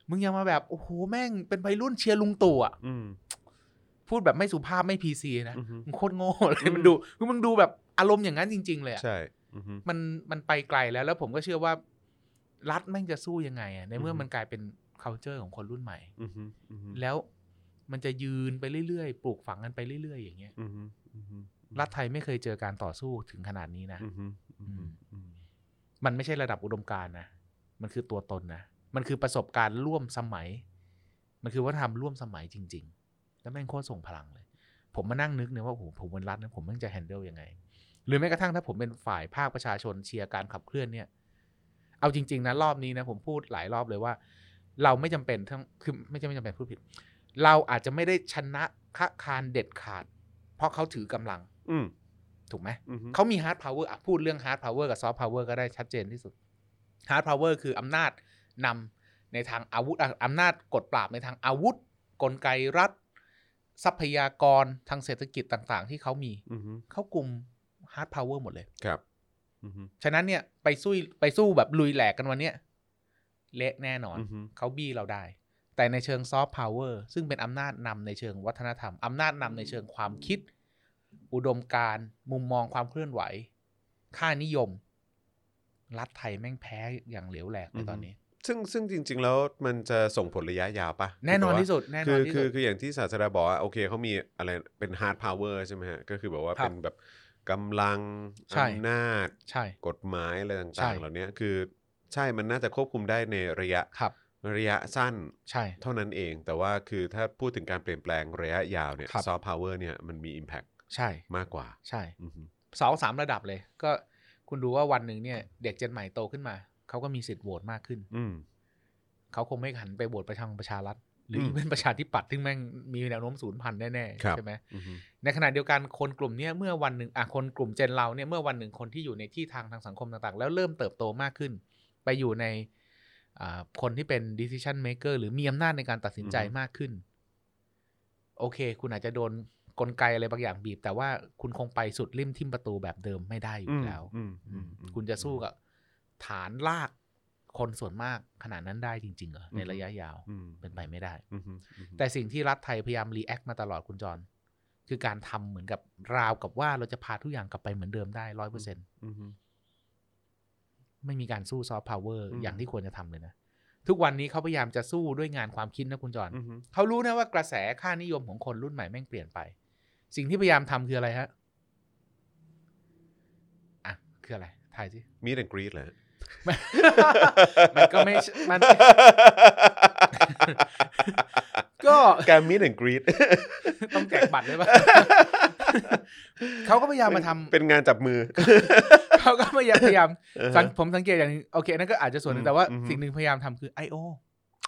C: มึงยังมาแบบ โอ้โห แม่งเป็นวัยรุ่นเชียร์ลุงตู่อ่ะ
B: อืม
C: พูดแบบไม่สุภาพไม่พีซีนะ
B: อือฮึ
C: มึงโคตรโง่เล
B: อื
C: ย
B: ม
C: มันดูคือมึงดูแบบอารมณ์อย่างนั้นจริง ๆ เลยอะ
B: ใช่อือฮึ
C: มันมันไปไกลแล้ว แล้วผมก็เชื่อว่า รัฐแม่งจะสู้ยังไงอ่ะในเมื่อ
B: อฮึ
C: มันกลายเป็น c u เจอร์ของคนรุ่นใหม่
B: อือฮึอือฮึ
C: แล้วมันจะยืนไปเรื่อยๆ ปลูกฝังกันไปเรื่อยๆ อย่างเงี้ย
B: อือฮึอือฮึ
C: รัฐไทยไม่เคยเจอการต่อสู้ถึงขนาดนี้นะ
B: อือฮึอือฮึอืม
C: มันไม่ใช่ระดับอุดมการณ์นะ มันคือตัวตนนะ มันคือประสบการณ์ร่วมสมัย มันคือวัฒนธรรมร่วมสมัยจริง ๆ แล้วแม่งโคตรส่งพลังเลย ผมมานั่งนึกเนี่ยว่าโอ้โหผมเป็นรัฐนะผมแม่งจะแฮนเดิลยังไง หรือแม้กระทั่งถ้าผมเป็นฝ่ายภาคประชาชนเชียร์การขับเคลื่อนเนี่ย เอาจริง ๆนะรอบนี้นะผมพูดหลายรอบเลยว่า เราไม่จำเป็นทั้ง คือไม่ใช่ไม่จำเป็นพูดผิด เราอาจจะไม่ได้ชนะคะคารเด็ดขาด เพราะเขาถือกำลัง
B: อืม
C: ถูกไหม
B: อือฮึ
C: เขามี hard power อ่ะพูดเรื่อง hard power กับ soft power ก็ได้ชัดเจนที่สุด hard power คืออำนาจนำในทางอาวุธอ่ะอำนาจกดปราบในทางอาวุธ กลไกรัฐ ทรัพยากรทางเศรษฐกิจต่างๆ ที่เขามี
B: อือฮึ
C: เขากลุ่ม hard power หมดเลย
B: ครับอือฮึ
C: ฉะนั้นเนี่ยไปสู้ไปสู้แบบลุยแหลกกันวันเนี้ยเละแน่นอน
B: อือฮึ
C: เขาบี้เราได้ แต่ในเชิงซอฟต์พาวเวอร์ซึ่งเป็นอำนาจนำในเชิงวัฒนธรรม อำนาจนำในเชิงความคิด อุดมการณ์มุมมองความเคลื่อนไหว ค่านิยม รัฐไทยแม่งแพ้อย่างเหลวแหลกเลยตอนนี้
B: ซึ่งซึ่งจริง ๆ แล้วมันจะส่งผลระยะยาวปะ
C: แน่นอน
B: คือบบว่า
C: ที่สุด แน่น
B: คือ อน
C: ที่
B: คื
C: สุ
B: อ
C: ด
B: คืออย่างที่ศาสดาบอกว่าโอเคเขามีอะไรเป็นฮาร์ดพาวเวอร์ใช่ไหมฮะ ก็คือแบบว่า
C: ครับ
B: เป็นแบบกำลัง
C: ใช่
B: อำนาจ
C: ใช่
B: กฎหมายอะไร
C: ใช่
B: ต่างๆ เหล่านี้คือใช่มันน่าจะควบคุมได้ในระยะ
C: ครับ
B: ระยะสั้น
C: ใช่
B: เท่านั้นเอง แต่ว่าคือถ้าพูดถึงการเปลี่ยนแปลงระยะยาวเนี่ย
C: ครับ
B: ซอฟต์พาวเวอร์เนี่ยมันมี Impact
C: ใช่
B: มากกว่า
C: ใช่
B: อือฮึ
C: สองสามระดับเลย ก็คุณดูว่าวันหนึ่งเนี่ย เด็กเจนใหม่โตขึ้นมา เขาก็มีสิทธิ์โหวตมากขึ้น
B: อืม
C: เขาคงไม่หันไปโหวตประชาประชารัฐหรือ
B: ม
C: อเป็นประชาธิปัตย์ซึ่งแม่งมีแนวโน้มศูนย์พันแน่
B: ครับ
C: ๆใช่ไหม
B: อือฮึ
C: ในขณะเดียวกันคนกลุ่มเนี้ยเมื่อวันหนึ่งอ่ะคนกลุ่มเจนเราเนี่ยเมื่อวันหนึ่งคนที่อยู่ในที่ทางทางสังคมต่างๆ แล้วเริ่มเติบโตมากขึ้น ไปอยู่ในอ่าคนที่เป็น decision maker หรือมีอำนาจในการตัดสินใจมากขึ้น โอเค คุณอาจจะโดนกลไกอะไรบางอย่างบีบ แต่ว่าคุณคงไปสุดริมทิมประตูแบบเดิมไม่ได้อยู่แล้ว
B: อืมอืมอืม
C: คุณจะสู้กับฐานลากคนส่วนมากขนาดนั้นได้จริงๆเหรอ
B: อืม
C: ในระยะยาว
B: อืม
C: เป็นไปไม่ได้
B: อือฮึอือฮึ
C: แต่สิ่งที่รัฐไทยพยายามรีแอคมาตลอดคุณจร คือการทำเหมือนกับราวกับว่าเราจะพาทุกอย่างกลับไปเหมือนเดิมได้ร้อยเปอร์เซ็น
B: อือฮึ
C: ไม่มีการสู้ซอฟต์พาวเวอร์
B: อืม
C: อย่างที่ควรจะทำเลยนะ ทุกวันนี้เขาพยายามจะสู้ด้วยงานความคิดนะคุณจร
B: อือฮึ
C: เขารู้นะว่ากระแสค่านิยมของคนรุ่นใหม่แม่งเปลี่ยนไป สิ่งที่พยายามทำคืออะไรฮะอ่ะคืออะไรถ่ ายสิ
B: มีแอนกรีดแหละ
C: มันก็ไม่ใช่มัน ก็
B: การมีแอนกรีด
C: ต้องแจกบัตรด้วยป่ะ เขาก็พยายามมาทำ
B: เป็นงานจับมือ
C: เขาก็พยายามพยายาม
B: เออฮะ
C: สังผมสังเกตอย่างหนึงโอเคนั่นก็อาจจะส่วนหนึ
B: อื
C: ง
B: ม
C: แต่ว่า
B: อืม
C: สิ่งหนึ่งพยายามทำคือ I.O.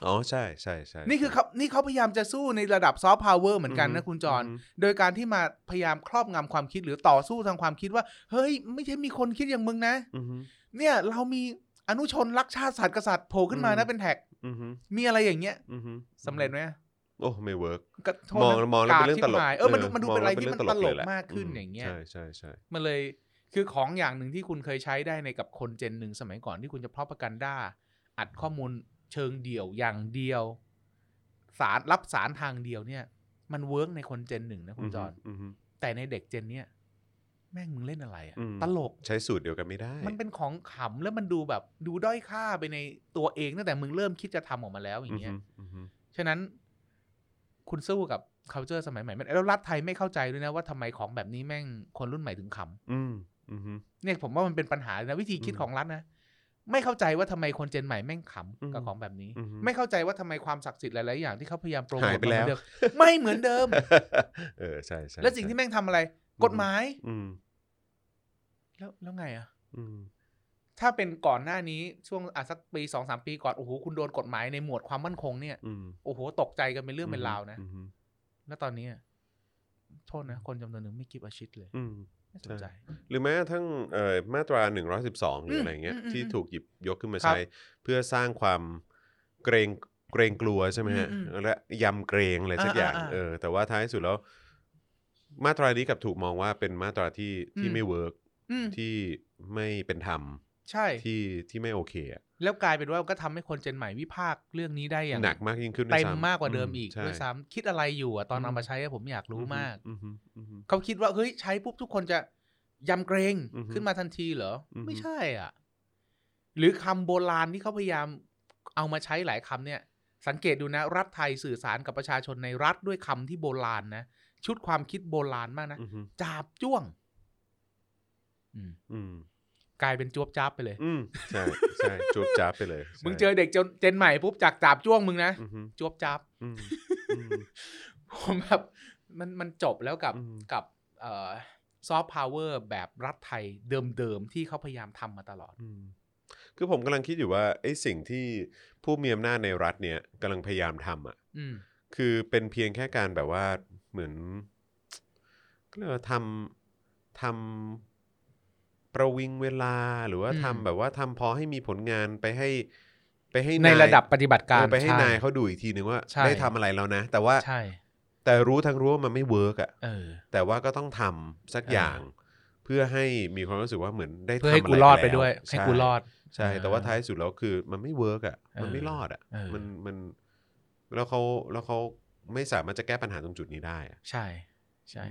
B: อ๋อใช่ใช่ใช่
C: นี่คือเขานี่เขาพยายามจะสู้ในระดับซอฟต์พาวเวอร์เหมือนกันนะคุณจร โดยการที่มาพยายามครอบงำความคิดหรือต่อสู้ทางความคิดว่า เฮ้ย ไม่ใช่มีคนคิดอย่างมึงนะ
B: อือฮึ
C: เนี่ย เรามีอนุชนรักชาติศาสตร์กษัตริย์โผล่ขึ้นมา
B: อื
C: นะ
B: ม
C: เป็นแท็ก
B: อือฮึ
C: มีอะไรอย่างเงี้ย
B: อือฮึ
C: สำเร็จไหม
B: โอ้ไม่เวิร์ก
C: ก็โทษ
B: มอง
C: นะ
B: มองแล้วเป็นเรื่อง
C: กา
B: ต
C: ที่
B: ลก
C: หายเออมันดูมันดูเป็นอะไรที่
B: ง
C: มัน
B: แล้ว
C: ตล
B: เรื่อ
C: ก
B: แหะ
C: มากขึ้นอย่างเงี้ย
B: ใช่ใช่ใช่
C: มันเลยคือของอย่างหนึ่งที่คุณเคยใช้ได้ในกับคนเจนหนึ่งสมัยก่อนที่คุณจะพรอพกันด้าอัดข้อมูลเชิงเดี่ยวอย่างเดียว สารรับสารทางเดียวเนี่ย มันเวิร์กในคนเจนหนึ่งนะคุณจอน
B: ฮึม
C: แต่ในเด็กเจนเนี่ยแม่งมึงเล่นอะไรอะ
B: อืม
C: ตลก
B: ใช้สูตรเดียวกันไม่ได้
C: มันเป็นของขำแล้วมันดูแบบดูด้อยค่าไปในตัวเองตั้งแต่มึงเริ่มคิดจะทำออกมาแล้วอย่างเงี้ย
B: อือฮึ
C: ฉะนั้นคุณสู้กับ culture สมัยใหม่ไม่ได้แล้วรัฐไทยไม่เข้าใจด้วยนะว่าทำไมของแบบนี้แม่งคนรุ่นใหม่ถึงข
B: อืมอือฮึ
C: ำเนี่ยผมว่ามันเป็นปัญหานะวิธีคิด
B: อืม
C: ของรัฐนะ ไม่เข้าใจว่าทำไมคนเจนใหม่แม่งข
B: อืม
C: ำกับของแบบนี้
B: อือฮึ
C: ไม่เข้าใจว่าทำไมความศักดิ์สิทธิ์หลายๆอย่างที่เขาพยายามโปรโม
B: หา
C: ท
B: ยไปแล้ว
C: มันเหมือนเดิมไม่เหมือนเดิ ม
B: เออใช่ใช่
C: แล้วสิ่งที่
B: ใช่
C: แม่งทำอะไร
B: ม
C: กฎหมาย
B: อืม
C: แล้วแล้วไงอะ
B: อืม
C: ถ้าเป็นก่อนหน้านี้ช่วงอ่ะสักปีสองสามปีก่อนโอ้โหคุณโดนกฎหมายในหมวดความมั่นคงเนี่ย
B: อืม
C: โอ้โหตกใจกันเป็นเรื่องเป็นราวนะ
B: อือฮึ
C: แล้วตอนนี้อะโทษนะ คนจำนวนหนึ่งไม่กิฟอาชิตเลย
B: อืม
C: ไม่สนใจ
B: หรือแม้กระทั้งเอ่อมาตรา 112 หรืออะไรเงี้ย
C: อืมอืม
B: ที่
C: อืม
B: ถูกหยิบยกขึ้นมา
C: ครับ
B: ใช้ เพื่อสร้างความเกรง เกรงกลัวใช่ไหมฮะ
C: อืมอืม
B: และยำเกรงอะไรสักอย่าง
C: อ่าอ่าอ่า
B: เออแต่ว่าท้ายสุดแล้ว มาตรานี้กลับถูกมองว่าเป็นมาตราที่ที่
C: อืม
B: ไม่เวิร์ก
C: อืม
B: ที่ไม่เป็นธรรม
C: ใช่
B: ที่ที่ไม่โอเคอะ
C: แล้วกลายเป็นว่าก็ทำให้คนเจนใหม่วิพากษ์เรื่องนี้ได้อย่าง
B: หนักมากยิ่งขึ้นด้
C: เต็
B: วย
C: ม
B: ซ้ำ
C: มากกว่าเดิม
B: ม
C: อีก
B: ใช่
C: ด้วยซ้ำคิดอะไรอยู่อะตอนเอามาใช้อะผมอยากรู้มาก
B: อือฮึอือฮึ
C: เขาคิดว่าเฮ้ยใช้ปุ๊บทุกคนจะยำเกรง
B: อือฮึ
C: ขึ้นมาทันทีเหรอ
B: อือฮึ
C: ไม่ใช่อ่ะ หรือคำโบราณที่เขาพยายามเอามาใช้หลายคำเนี่ย สังเกตดูนะ รัฐไทยสื่อสารกับประชาชนในรัฐด้วยคำที่โบราณนะ ชุดความคิดโบราณมากนะ
B: อือฮึ
C: จาบจ้วง อืม
B: อืม
C: กลายเป็นจวบจ้าบไปเลย
B: อืมใช่ใช่ จูบจ้าบไปเลยใช่
C: มึงเจอเด็กเจนเจนใหม่ปุ๊บจากจาบจ้วงมึงนะ
B: อือฮึ
C: จวบจ้าบ
B: อืมอืม
C: ผมแบบมันมันจบแล้วกับ
B: อืม
C: กับเอ่อซอฟต์พาวเวอร์แบบรัฐไทยเดิมๆ ที่เขาพยายามทำมาตลอด
B: อืมคือผมกำลังคิดอยู่ว่าไอ้สิ่งที่ผู้มีอำนาจในรัฐเนี่ยกำลังพยายามทำอ่ะ
C: อืม
B: คือเป็นเพียงแค่การแบบว่าเหมือนก็เรียกว่าทำทำประวิงเวลาหรือว่า
C: อืม
B: ทำแบบว่าทำพอให้มีผลงานไปให้ไปให้
C: ใน
B: นาย
C: ระดับปฏิบัติการ
B: เออไปให้
C: ช่
B: นายเขาดูอีกทีนึงว่า
C: ใช่
B: ได้ทำอะไรแล้วนะ แต่ว่า
C: ใช่
B: แต่รู้ทั้งรู้ว่ามันไม่เวิร์กอ่ะ
C: เออ
B: แต่ว่าก็ต้องทำสัก
C: เออ
B: อ
C: อ
B: ย่าง เพื่อให้มีความรู้สึกว่าเหมือนได้
C: เพื่อให้
B: ทำะ
C: กู
B: ไร
C: รอดไป
B: แล้ว
C: ด้วย ให้กู
B: ช่
C: รอด
B: ใช่ แต่ว่าท้ายสุดแล้วคือมันไม่เวิร์กอ่ะ
C: เออ
B: มันไม่รอดอ่ะ
C: เออ
B: มันมันแล้วเขาแล้วเขาไม่สามารถจะแก้ปัญหาตรงจุดนี้ได้อ่ะ
C: ใช่ ใช่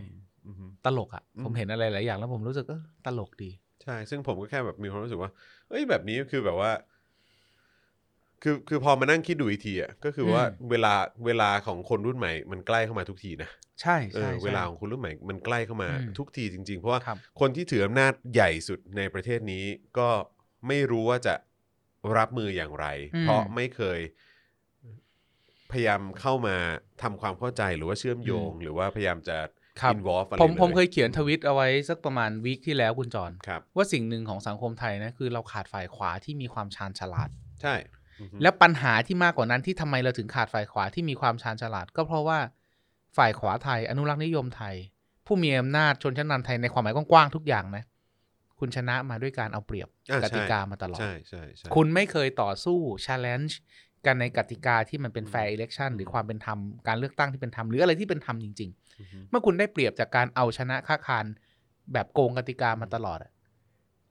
B: อืมอืม
C: ตลกอ่ะ
B: อืม
C: ผมเห็นอะไรหลายอย่างแล้วผมรู้สึกเออตลกดี
B: ใช่ ซึ่งผมก็แค่แบบมีความรู้สึกว่าเอ้ยแบบนี้คือแบบว่า คือคือพอมานั่งคิดดูอีกทีอ่ะก็คือว่า
C: อืม
B: เวลาเวลาของคนรุ่นใหม่ มันใกล้เข้ามาทุกทีนะ
C: ใช่
B: เอ
C: ใช่
B: อเวลาของคนรุ่นใหม่มันใกล้เข้ามา
C: อืม
B: ทุกทีจริง ๆ เพราะว่า
C: ครับ
B: คนที่ถืออำนาจใหญ่สุดในประเทศนี้ก็ไม่รู้ว่าจะรับมืออย่างไร เพราะไม่เคยพยายามเข้ามาทำความเข้าใจหรือว่าเชื่อมโยง หรือว่าพยายามจะ
C: ครับ
B: involve อะไร
C: ผมผม
B: ล
C: เคยเขียนทวิตเอาไว้สักประมาณวีคที่แล้วคุณจอน
B: ครับ
C: ว่าสิ่งหนึ่งของสังคมไทยนะคือเราขาดฝ่ายขวาที่มีความชาญฉลาด
B: ใช่อือฮึ
C: แล้วปัญหาที่มากกว่านั้นที่ทำไมเราถึงขาดฝ่ายขวาที่มีความชาญฉลาด ก็เพราะว่าฝ่ายขวาไทย อนุรักษ์นิยมไทย ผู้มีอำนาจชนชั้นนำไทยในความหมายกว้างๆทุกอย่างนะ คุณชนะมาด้วยการเอาเปรียบ
B: อ่ะ
C: ก
B: ใช่
C: ติกามาตลอด
B: ใช่ใช่ใช่
C: คุณไม่เคยต่อสู้ช l เลน g ์กันในกติกาที่มันเป็นแฟร์อิเล็กชันหรือ
B: ม
C: ความเป็นธรรมการเลือกตั้งที่เป็นธรรมหรืออะไรที่เป็นธรรมจริง
B: อือฮึ
C: ๆ เมื่อคุณได้เปรียบจากการเอาชนะค่าคารแบบโกงกติกามาตลอดอะ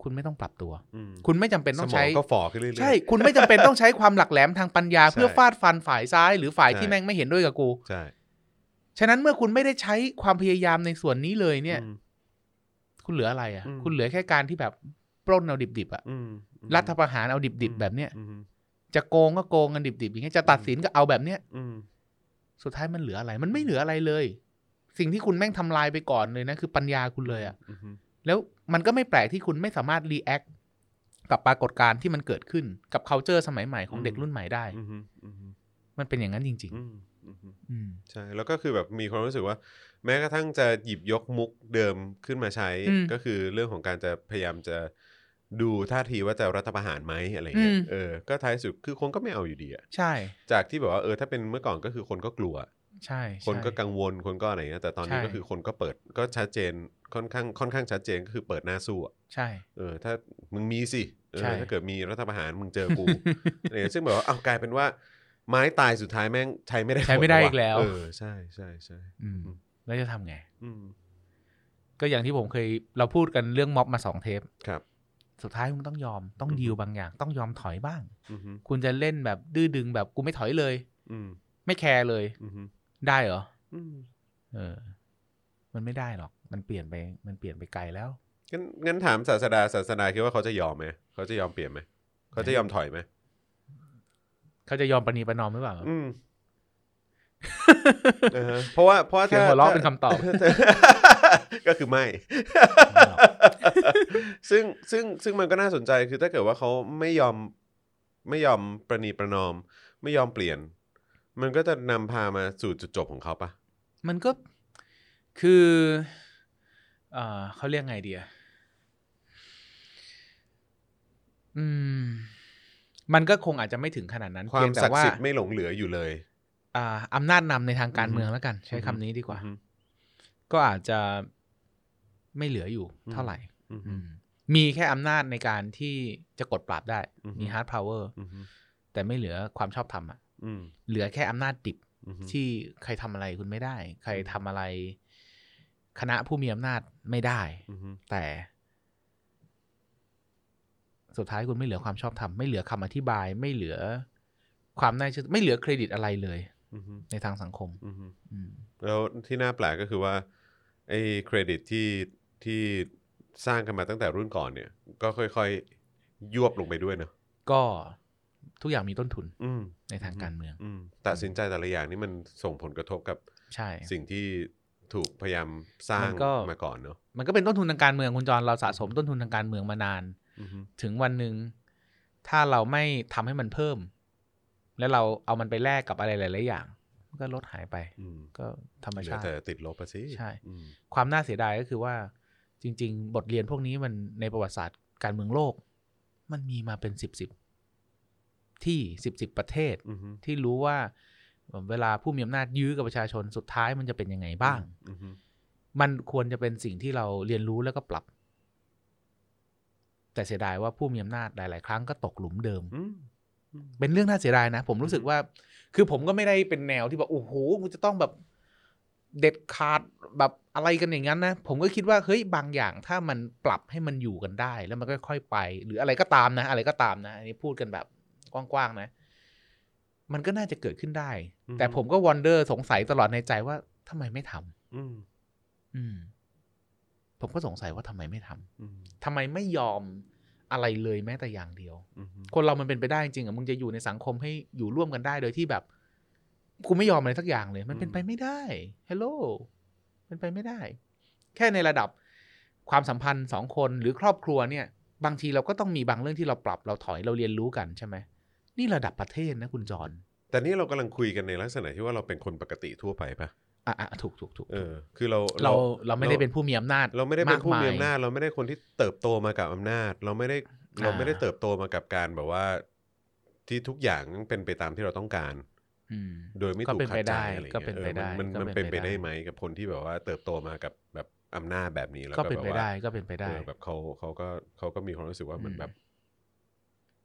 C: คุณไม่ต้องปรับตัว
B: อืม
C: คุณไม่จำเป็นต้องใช้
B: สมก็ฝ่อขึ้นเรื่อยๆ
C: ใช่ คุณไม่จำเป็นต้องใช้ความหลักแหลมทางปัญญาเพื่อฟาดฟันฝ่ายซ้ายหรือฝ่ายที่แม่งไม่เห็นด้วยกับกู
B: ใช่
C: ฉะนั้นเมื่อคุณไม่ได้ใช้ความพยายามในส่วนนี้เลยเนี่ย
B: อืม
C: คุณเหลืออะไรอ่ะ
B: อืม
C: คุณเหลือแค่การที่แบบปล้นเอาดิบๆอ่ะ
B: อืมอืม
C: รัฐประหารเอาดิบๆแบบเนี้ย จะโกงก็โกงกันดิบๆอย่างเงี้ย จะตัดสินก็เอาแบบเนี้ย
B: อืม
C: สุดท้ายมันเหลืออะไร มันไม่เหลืออะไรเลย สิ่งที่คุณแม่งทำลายไปก่อนเลยนะคือปัญญาคุณเลยอ่ะ
B: อือฮึ
C: แล้วมันก็ไม่แปลกที่คุณไม่สามารถรีแอคกับปรากฏการณ์ที่มันเกิดขึ้นกับ c u เจอร์สมัยใหม่ของเด็กรุ่นใหม่ได้
B: อือฮึอือฮึ
C: มันเป็นอย่างนั้นจริง
B: อืมอือฮึ
C: ๆ อืม
B: ใช่แล้วก็คือแบบมีความรู้สึกว่า แม้กระทั่งจะหยิบยกมุกเดิมขึ้นมาใช้
C: อืม
B: ก็คือเรื่องของการจะพยายามจะดูท่าทีว่าจะรัฐประหารไหมอะไรเงี้ย
C: อืม
B: เออก็ท้ายสุดคือคนก็ไม่เอาอยู่ดีอะ
C: ใช่
B: จากที่แบบว่าเออถ้าเป็นเมื่อก่อนก็คือคนก็กลัว
C: ใช่
B: คนก็
C: ใช่
B: กังวลคนก็อะไรเงี้ยแต่ตอนนี้
C: ใช่
B: ก็คือคนก็เปิดก็ชัดเจนค่อนข้างค่อนข้างชัดเจนก็คือเปิดหน้าสู้อะ
C: ใช่
B: เออถ้ามึงมีสิเออ
C: ใช่
B: ถ้าเกิดมีรัฐประหารมึงเจอ กู เนี่ยซึ่งแบบว่าเอากลายเป็นว่า ไม้ตายสุดท้ายแม่งใช้ไม่ได้
C: ใช้ไม่ได้
B: ผ
C: อีกแล้ว
B: เออใช่ใช่ใช่
C: อืม
B: อืม
C: แล้วจะทำไง
B: อืม
C: ก็อย่างที่ผมเคยเราพูดกันเรื่องม็อบมาสองเทป
B: ครับ
C: สุดท้ายคุณต้องยอมต้อง
B: อืม
C: ดีลบางอย่าง ต้องยอมถอยบ้าง
B: อือฮึ
C: คุณจะเล่นแบบดื้อดึงแบบกูไม่ถอยเลย
B: อืม
C: ไม่แคร์เลย
B: อือฮึ
C: ได้เหรอ
B: อืม
C: เออ มันไม่ได้หรอก มันเปลี่ยนไป มันเปลี่ยนไปไกลแล้ว
B: งั้นงั้นถามศาสดาศาสนาคิดว่าเขาจะยอมไหมเขาจะยอมเปลี่ยนไหมเขาจะยอมถอยไหม
C: เขาจะยอมประนีประนอมหรือเปล่า
B: อืมนะฮะเพราะว่าเพราะว่า
C: เสียงหัวเราะเป็นคำตอบ
B: ก็คือไม่ ซึ่งซึ่งซึ่งมันก็น่าสนใจคือถ้าเกิดว่าเขาไม่ยอมไม่ยอมประนีประนอม ไม่ยอมเปลี่ยน มันก็จะนำพามาสู่จุดจบของเขาปะ
C: มันก็คือเอ่อเขาเรียกไงเดียอืม มันก็คงอาจจะไม่ถึงขนาดนั้น
B: ควา
C: เพี
B: ม
C: ยงแต่
B: ศักดิ์
C: ว่า
B: สิทธิ์ไม่หลงเหลืออยู่เลย
C: อ่าอำนาจนำในทางการ
B: อือฮึ
C: เมืองแล้วกัน ใช้คำนี้ดีกว่า
B: อือฮึ
C: ก็อาจจะไม่เหลืออยู่เท่าไหร่
B: อือฮึ
C: อืมมีแค่อำนาจในการที่จะกดปราบได้
B: อือฮึ
C: มีฮาร์ดพาวเวอร์
B: อือฮึ
C: แต่ไม่เหลือความชอบธรรมอ่ะ
B: อืม
C: เหลือแค่อำนาจดิบ
B: อืม
C: ที่ใครทำอะไรคุณไม่ได้ ใครทำอะไร คณะผู้มีอำนาจไม่ได้
B: อืม
C: แต่ สุดท้ายคุณไม่เหลือความชอบธรรมไม่เหลือคำอธิบาย ไม่เหลือ ความน่าเชื่อไม่เหลือเครดิตอะไรเลย
B: อืม
C: ในทางสังคม
B: อืม
C: อืม
B: แล้วที่น่าแปลกก็คือว่าไอ้เครดิตที่ที่สร้างกันมาตั้งแต่รุ่นก่อนเนี่ย ก็ค่อยๆ ยวบลงไปด้วยเนอะ
C: ก็ทุกอย่างมีต้นทุน
B: อืม
C: ในทางการเมือง
B: อืมตัดสินใจแต่ละอย่างนี่มันส่งผลกระทบกับ
C: ใช่
B: สิ่งที่ถูกพยายามสร้าง
C: มันก็
B: มาก่อนเนอะ
C: มันก็เป็นต้นทุนทางการเมืองคุณจรเราสะสมต้นทุนทางการเมืองมานาน
B: อืม
C: ถึงวันหนึ่งถ้าเราไม่ทำให้มันเพิ่ม แล้วเราเอามันไปแลกกับอะไรหลายๆอย่าง มันก็ลดหายไป
B: อืม
C: ก็ธรรม
B: เหลือ
C: ชาติ
B: แต่ติดลบไปสิ
C: ใช่
B: อืม
C: ความน่าเสียดายก็คือว่า จริง ๆ บทเรียนพวกนี้มันในประวัติศาสตร์การเมืองโลก มันมีมาเป็นสิบสิบที่สิบสิบประเทศ
B: อืม
C: ที่รู้ว่า เวลาผู้มีอำนาจยื้อกับประชาชนสุดท้ายมันจะเป็นยังไงบ้าง
B: อืม
C: มันควรจะเป็นสิ่งที่เราเรียนรู้แล้วก็ปรับ แต่เสียดายว่าผู้มีอำนาจหลาย ๆ ครั้งก็ตกหลุมเดิม
B: อืมอืม
C: เป็นเรื่องน่าเสียดายนะ ผมรู้สึกว่า คือผมก็ไม่ได้เป็นแนวที่แบบโอ้โหกูจะต้องแบบเด็ดขาดแบบอะไรกันอย่างนั้นนะ ผมก็คิดว่าเฮ้ยบางอย่างถ้ามันปรับให้มันอยู่กันได้ แล้วมันก็ค่อยๆไป หรืออะไรก็ตามนะ อะไรก็ตามนะอันนี้พูดกันแบบกว้างๆนะ มันก็น่าจะเกิดขึ้นได้
B: อือฮึ
C: แต่ผมก็วอนเดอร์สงสัยตลอดในใจว่าทำไมไม่ทำ
B: อืม
C: อืม ผมก็สงสัยว่าทำไมไม่ทำ
B: อืม
C: ทำไมไม่ยอมอะไรเลยแม้แต่อย่างเดียว
B: อืม
C: คนเรามันเป็นไปได้จริงอ่ะมึงจะอยู่ในสังคมให้อยู่ร่วมกันได้โดยที่แบบคุณไม่ยอมอะไรสักอย่างเลย มันเป็นไปไม่ได้ฮัลโหลเป็นไปไม่ได้ แค่ในระดับความสัมพันธ์สองคนหรือครอบครัวเนี่ย บางทีเราก็ต้องมีบางเรื่องที่เราปรับเราถอยเราเรียนรู้กันใช่ไหมนี่ระดับประเทศนะคุณจร
B: แต่นี่เรากำลังคุยกันในลักษณะที่ว่าเราเป็นคนปกติทั่วไปปะ
C: อ่ะอ่ะถูกถูกถูก
B: เออ คือเรา
C: เรา
B: เรา
C: เราไม่ได้เป็นผู้มีอำนาจ
B: เราไม่ได้เป็นผู้มี
C: ย
B: อำนาจเราไม่ได้คนที่เติบโตมากับอำนาจ เราไม่ได้
C: อ่า
B: เราไม่ได้เติบโตมากับการแบบว่า ที่ทุกอย่างเป็นไปตามที่เราต้องการ
C: อืม
B: โดยไม่
C: ก็
B: ถูก
C: เป็น
B: ขัด
C: ไป
B: ใจ
C: ได้
B: อะไรเงี้ย
C: ก็เป็น
B: ออ
C: ไปได้
B: มันมัน
C: ก็
B: มันเป็
C: เป็
B: น น
C: ไป
B: ไป
C: ได้
B: ได้ไหมกับคนที่แบบว่า เติบโตมากับแบบอำนาจแบบนี้แล้ว
C: ก็
B: ก็
C: เป็น
B: แบบ
C: ไป
B: ว่า
C: ได้ก็เป็นไปได้
B: เออแบบเขาเขาก็เขาก็มีความรู้สึกว่าเหมือนแบบ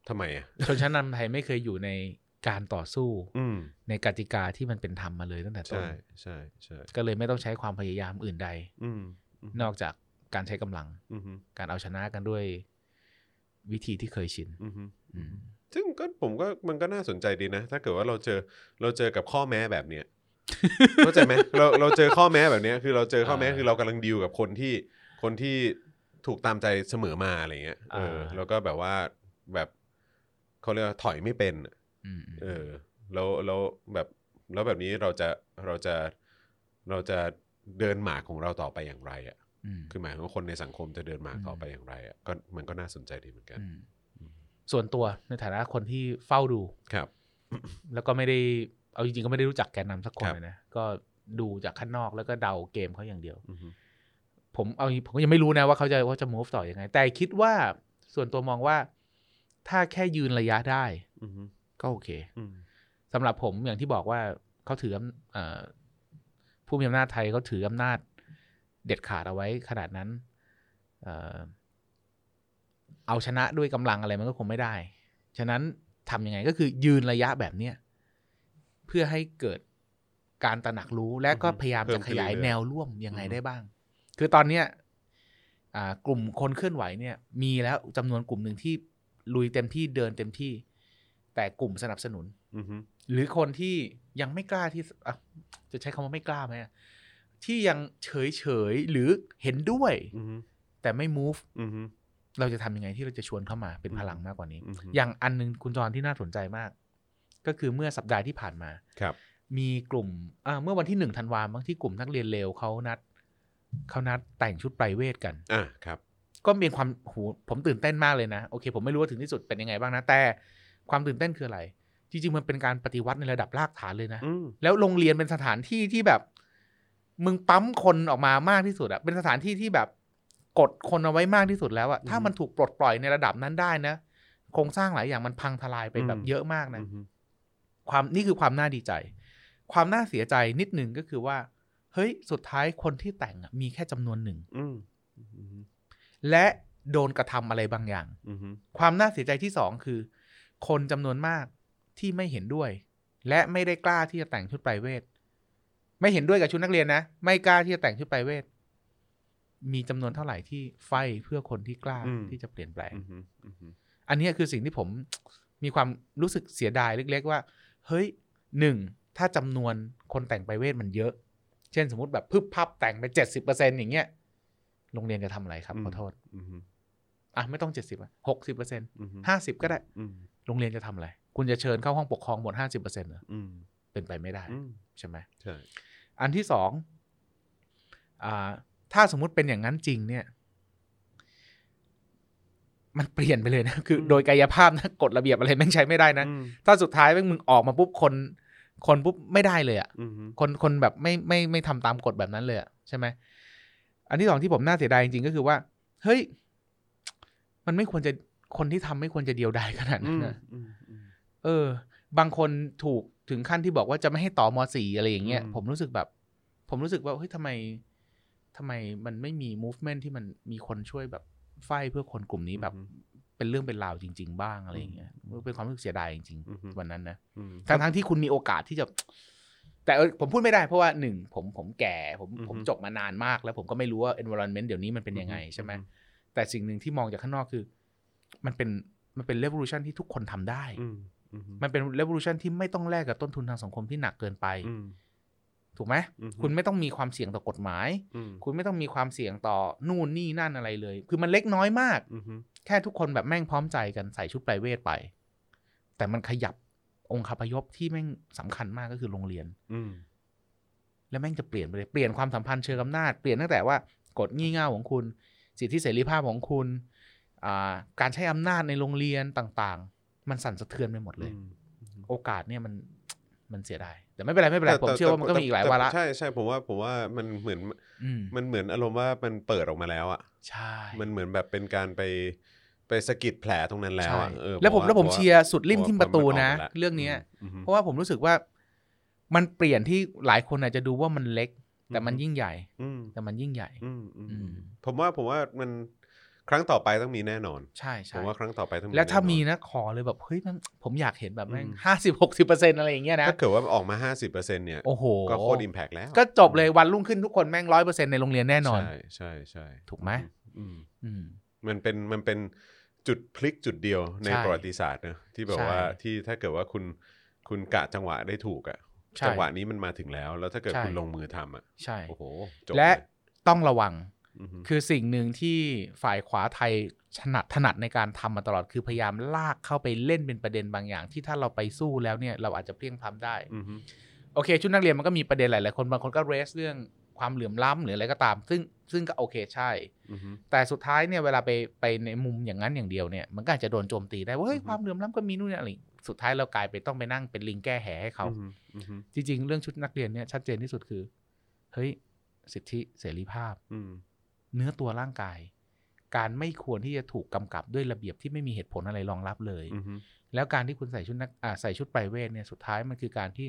B: ทำไมอ่ะ
C: ชนชั้นนำไทยไม่เคยอยู่ในการต่อสู้
B: อืม
C: ในกติกาที่มันเป็นธรรมมาเลยตั้งแต่ต้น
B: ใช่ใช่ใช่
C: ก็เลยไม่ต้องใช้ความพยายามอื่นใด
B: อืม
C: นอกจากการใช้กำลัง
B: อืมอืม
C: การเอาชนะกันด้วยวิธีที่เคยชิน
B: อืม
C: อืม
B: ซึ่งก็ผมก็มันก็น่าสนใจดีนะ ถ้าเกิดว่าเราเจอเราเจอกับข้อแม้แบบ เนี้ย เข้าใจไหมเราเราเจอข้อแม้แบบเนี้ยคือเราเจอข้อแม้คือเรากำลังดีลกับคนที่คนที่ถูกตามใจเสมอมาอะไรเงี้ยเออแล้วก็แบบว่าแบบเขาเรียกว่าถอยไม่เป็นอะ
C: อืม
B: เออแล้วแล้วแบบแล้วแบบนี้เราจะเราจะเราจะเดินหมากของเราต่อไปอย่างไรอ่ะ
C: ม
B: คือหมายความว่าคนในสังคมจะเดินหมากต่อไปอย่างไรอ่ะก็มันก็น่าสนใจดีเหมือนกัน
C: มส่วนตัวในฐานะคนที่เฝ้าดู
B: ครับ
C: แล้วก็ไม่ได้เอาจริงๆก็ไม่ได้รู้จักแกนนำสักค
B: ค
C: น
B: รับ
C: เลยนะก็ดูจากข้างนอกแล้วก็เดาเกมเขาอย่างเดียว
B: อือฮึ
C: ผมเอาผมก็ยังไม่รู้นะว่าเขาจะว่าจะ move ต่ออยังไง แต่คิดว่าส่วนตัวมองว่า ถ้าแค่ยืนระยะได้
B: อือฮึ
C: ก็โอเค
B: อืม
C: สำหรับผมอย่างที่บอกว่าเขาถืออำเอ่อผู้มีอำนาจไทยเขาถืออำนาจเด็ดขาดเอาไว้ขนาดนั้น เอ่อเอาชนะด้วยกำลังอะไรมันก็คงไม่ได้ ฉะนั้นทำยังไงก็คือยืนระยะแบบเนี้ยเพื่อให้เกิดการตระหนักรู้และก็
B: อือฮึ
C: พยายาม
B: เพิ่ม
C: จะ
B: ขึ้
C: ข
B: น
C: ยาย
B: เรื่อยๆ
C: แนวร่วมยังไง
B: อือฮึ
C: ได้บ้าง คือตอนเนี้ยอ่ากลุ่มคนเคลื่อนไหวเนี่ย มีแล้วจำนวนกลุ่มหนึ่งที่ลุยเต็มที่เดินเต็มที่ แต่กลุ่มสนับสนุน
B: อือฮึ
C: หรือคนที่ยังไม่กล้าที่อ่ะจะใช้คำว่าไม่กล้าไหมอะที่ยังเฉยเฉยๆหรือเห็นด้วย
B: อืม
C: แต่ไม่ move
B: อืมอืม
C: เราจะทำยังไงที่เราจะชวนเข้ามาเป็น
B: อืม
C: พลังมากกว่านี้
B: ม
C: อย่างอันหนึงคุณจรที่น่าสนใจมาก ก็คือเมื่อสัปดาห์ที่ผ่านมา
B: ครับ
C: มีกลุ่มอ่าเมื่อวันที่หนึ่งธันวาบางที่กลุ่มนักเรียนเลวเขานัดเขานัดแต่งชุดไพรเวทกัน
B: อ่าครับ
C: ก็เป็นความโหผมตื่นเต้นมากเลยนะ โอเค ผมไม่รู้ว่าถึงที่สุดเป็นยังไงบ้างนะแต่ความตื่นเต้นคืออะไร จริงๆมันเป็นการปฏิวัติในระดับรากฐานเลยนะ
B: อืม
C: แล้วโรงเรียนเป็นสถานที่ที่แบบ มึงปั๊มคนออกมามากที่สุดอะเป็นสถานที่ที่แบบกดคนเอาไว้มากที่สุดแล้วอะถ้ามันถูกปลดปล่อยในระดับนั้นได้นะโครงสร้างหลายอย่างมันพังทลายไปแบบเยอะมากนะ
B: อืม
C: ความนี่คือความน่าดีใจ ความน่าเสียใจนิดหนึ่งก็คือว่า เฮ้ยสุดท้ายคนที่แต่งอะมีแค่จำนวนหนึ่ง
B: อืม
C: และโดนกระทำอะไรบางอย่าง
B: อืม
C: ความน่าเสียใจที่สองคือ คนจำนวนมากที่ไม่เห็นด้วย และไม่ได้กล้าที่จะแต่งชุดไพรเวทไม่เห็นด้วยกับชุดนักเรียนนะ ไม่กล้าที่จะแต่งชุดไพรเวทมีจำนวนเท่าไหร่ที่ไฟเพื่อคนที่กล้า
B: อืม
C: ที่จะเปลี่ยนแปลง
B: อือฮึอือฮึ
C: อันเนี้ยคือสิ่งที่ผมมีความรู้สึกเสียดายเล็ก ๆ ว่า เฮ้ยหนึ่งถ้าจำนวนคนแต่งไปเวทมันเยอะ เช่นสมมติแบบพึบพับแต่งไปเจ็ดสิบเปอร์เซ็นต์อย่างเงี้ยโรงเรียนจะทำอะไรครับขอโทษ
B: อือฮึ
C: อ่ะไม่ต้องเจ็ดสิบหกสิบเปอร์เซ็นต์
B: อือฮึ
C: ห้าสิบก็ได้
B: อืม
C: โรงเรียนจะทำอะไร คุณจะเชิญเข้าห้องปกครองหมดห้าสิบเปอร์เซ็นต์เหรอ
B: อืม
C: เป็นไปไม่ได้
B: อืม
C: ใช่ไหม
B: ใช่
C: อันที่สองอาถ้าสมมุติเป็นอย่างนั้นจริงเนี่ย มันเปลี่ยนไปเลยนะ คือ โดยกายภาพนะกฎระเบียบอะไรแม่งใช้ไม่ได้นะ
B: อืม
C: ถ้าสุดท้ายแม่งมึงออกมาปุ๊บคน คนปุ๊บไม่ได้เลยอะ่ะ
B: อือฮึ
C: คนคนแบบไม่ไม่ไม่ทำตามกฎแบบนั้นเลยอะ่ะใช่ไหม อันที่สองที่ผมน่าเสียดายจริงๆก็คือว่า เฮ้ย มันไม่ควรจะคนที่ทำไม่ควรจะเดียวดายขนาด
B: อื
C: นั้น
B: ม
C: นะ
B: อืมอืม
C: เออ บางคนถูกถึงขั้นที่บอกว่าจะไม่ให้ต่อมสี่อะไรอย่างเงี้ย
B: อืม
C: ผมรู้สึกแบบ ผมรู้สึกว่าเฮ้ยทำไมทำไมมันไม่มี movement ที่มันมีคนช่วยแบบไฟเพื่อคนกลุ่มนี้แบบ เป็นเรื่องเป็นราวจริง ๆ บ้างอะไรอย่างเงี้ยเป็นความรู้สึกเสียดายจริง
B: อือฮึ
C: ๆวันนั้นนะ
B: อืม
C: ทั้งทั้งๆที่คุณมีโอกาสที่จะ แต่เออผมพูดไม่ได้เพราะว่าหนึ่งผมผมแก่ผม
B: อือฮึ
C: ผมจบมานานมาก แล้วผมก็ไม่รู้ว่า environment เดี๋ยวนี้มันเป็นยังไง
B: อือฮึ
C: ใช่ไหม
B: อือฮึ
C: แต่สิ่งหนึ่งที่มองจากข้างนอกคือ มันเป็นมันเป็น revolution ที่ทุกคนทำได้
B: อืมอือฮึ
C: มันเป็น revolution ที่ไม่ต้องแลกกับต้นทุนทางสังคมที่หนักเกินไป
B: อืม
C: ถูกไหม
B: อือฮึ
C: คุณไม่ต้องมีความเสี่ยงต่อกฎหมาย
B: อืม
C: คุณไม่ต้องมีความเสี่ยงต่อนู่นนี่นั่นอะไรเลย คือมันเล็กน้อยมาก
B: อือฮึ
C: แค่ทุกคนแบบแม่งพร้อมใจกันใส่ชุดไพรเวทไป แต่มันขยับองค์คาพยพที่แม่งสำคัญมากก็คือโรงเรียน
B: อืม
C: แล้วแม่งจะเปลี่ยนไปเลยเปลี่ยนความสัมพันธ์เชิงอำนาจ เปลี่ยนตั้งแต่ว่ากฎงี่เง่าของคุณ สิทธิเสรีภาพของคุณอ่าการใช้อำนาจในโรงเรียนต่างๆ มันสั่นสะเทือนไปหมดเลย โอกาสเนี่ยมันมันเสียดายแต่ไม่เป็นไรไม่เป็นไร ผมเชื่อว่ามันก็มีอีกหลาย
B: แต่
C: วาระ
B: ใช่ใช่ผมว่าผมว่ามันเหมือน
C: อืม
B: มันเหมือนอารมณ์ว่ามันเปิดออกมาแล้วอ่ะ
C: ใช่
B: มันเหมือนแบบเป็นการไปไปสะกิดแผลตรงนั้นแล้ว
C: ใช่
B: อะเออ
C: แล้วผม
B: ผา
C: แล้วผม
B: า
C: เชียร์สุดริม
B: ผา
C: ทิมประตูนะ
B: ผามักมาแล้ว
C: เรื่องเนี้ย
B: อืมอืม
C: เพราะว่าผมรู้สึกว่ามันเปลี่ยนที่หลายคนอาจจะดูว่ามันเล็ก แต่มัน
B: อืม
C: ยิ่งใหญ่
B: อืม
C: แต่มันยิ่งใหญ่
B: อืมอืม
C: อืม
B: ผมว่าผมว่ามันครั้งต่อไปต้องมีแน่นอน
C: ใช่
B: ผ
C: ใช่
B: มว่าครั้งต่อไปต้องมี
C: แล้วถ้ามี
B: น่นอน
C: นะขอเลยแบบเฮ้ยมันผมอยากเห็นแบบแม่ง
B: อืม
C: ห้าสิบหกสิบเปอร์เซ็นต์อะไรอย่างเงี้ยนะ
B: ถ้าเกิดว่าออกมา 50%เนี่ย
C: โอ้โห
B: ก็โคตรอิมแพกแล้ว
C: ก็จบเลยวันรุ่งขึ้นทุกคนแม่งร้อยเปอร์เซ็นต์ในโรงเรียนแน่นอน
B: ใช่ใช่ใช่
C: ถูกไหม
B: อืม
C: อืม
B: มันเป็นมันเป็นจุดพลิกจุดเดียวใน
C: ใช่
B: ประวัติศาสตร์นะที่แบบว่า
C: ใช่
B: ที่ถ้าเกิดว่าคุณคุณกะจังหวะได้ถูกอะ
C: ใช่
B: จังหวะนี้มันมาถึงแล้ว แล้วถ้าเกิด
C: ใช่
B: คุณลงมือทำอะ
C: ใช่
B: โอ้โหจบ
C: และ
B: เลย
C: ต้องระวัง
B: อือฮึ
C: คือสิ่งหนึ่งที่ฝ่ายขวาไทยถนัดถนัดในการทำมาตลอดคือพยายามลากเข้าไปเล่นเป็นประเด็นบางอย่าง ที่ถ้าเราไปสู้แล้วเนี่ยเราอาจจะเพลี่ยงพล้ำได้
B: อฮึ
C: โอเค ชุดนักเรียนมันก็มีประเด็นหลายๆคนบางคนก็เรสเรื่องความเหลื่อมล้ำหรืออะไรก็ตาม ซึ่งซึ่งก็โอเคใช่
B: อือฮึ
C: แต่สุดท้ายเนี่ยเวลาไปไปในมุมอย่างนั้นอย่างเดียวเนี่ยมันก็อาจจะโดนโจมตีได้ว่าเฮ้ย
B: อือฮึ
C: ความเหลื่อมล้ำก็มีนู่นนี่อะไรสุดท้ายเรากลายไปต้องไปนั่งเป็นลิงแก้แหให้เขา
B: อือฮึอือฮึ
C: จริง ๆ เรื่องชุดนักเรียนเนี่ยชัดเจนที่สุดคือเฮ้ยสิทธิเสรีภาพ
B: อืม
C: เนื้อตัวร่างกาย การไม่ควรที่จะถูกกำกับด้วยระเบียบที่ไม่มีเหตุผลอะไรรองรับเลย
B: อือฮึ
C: แล้วการที่คุณใส่ชุดนักอ่าใส่ชุดไปรายเวทเนี่ยสุดท้ายมันคือการที่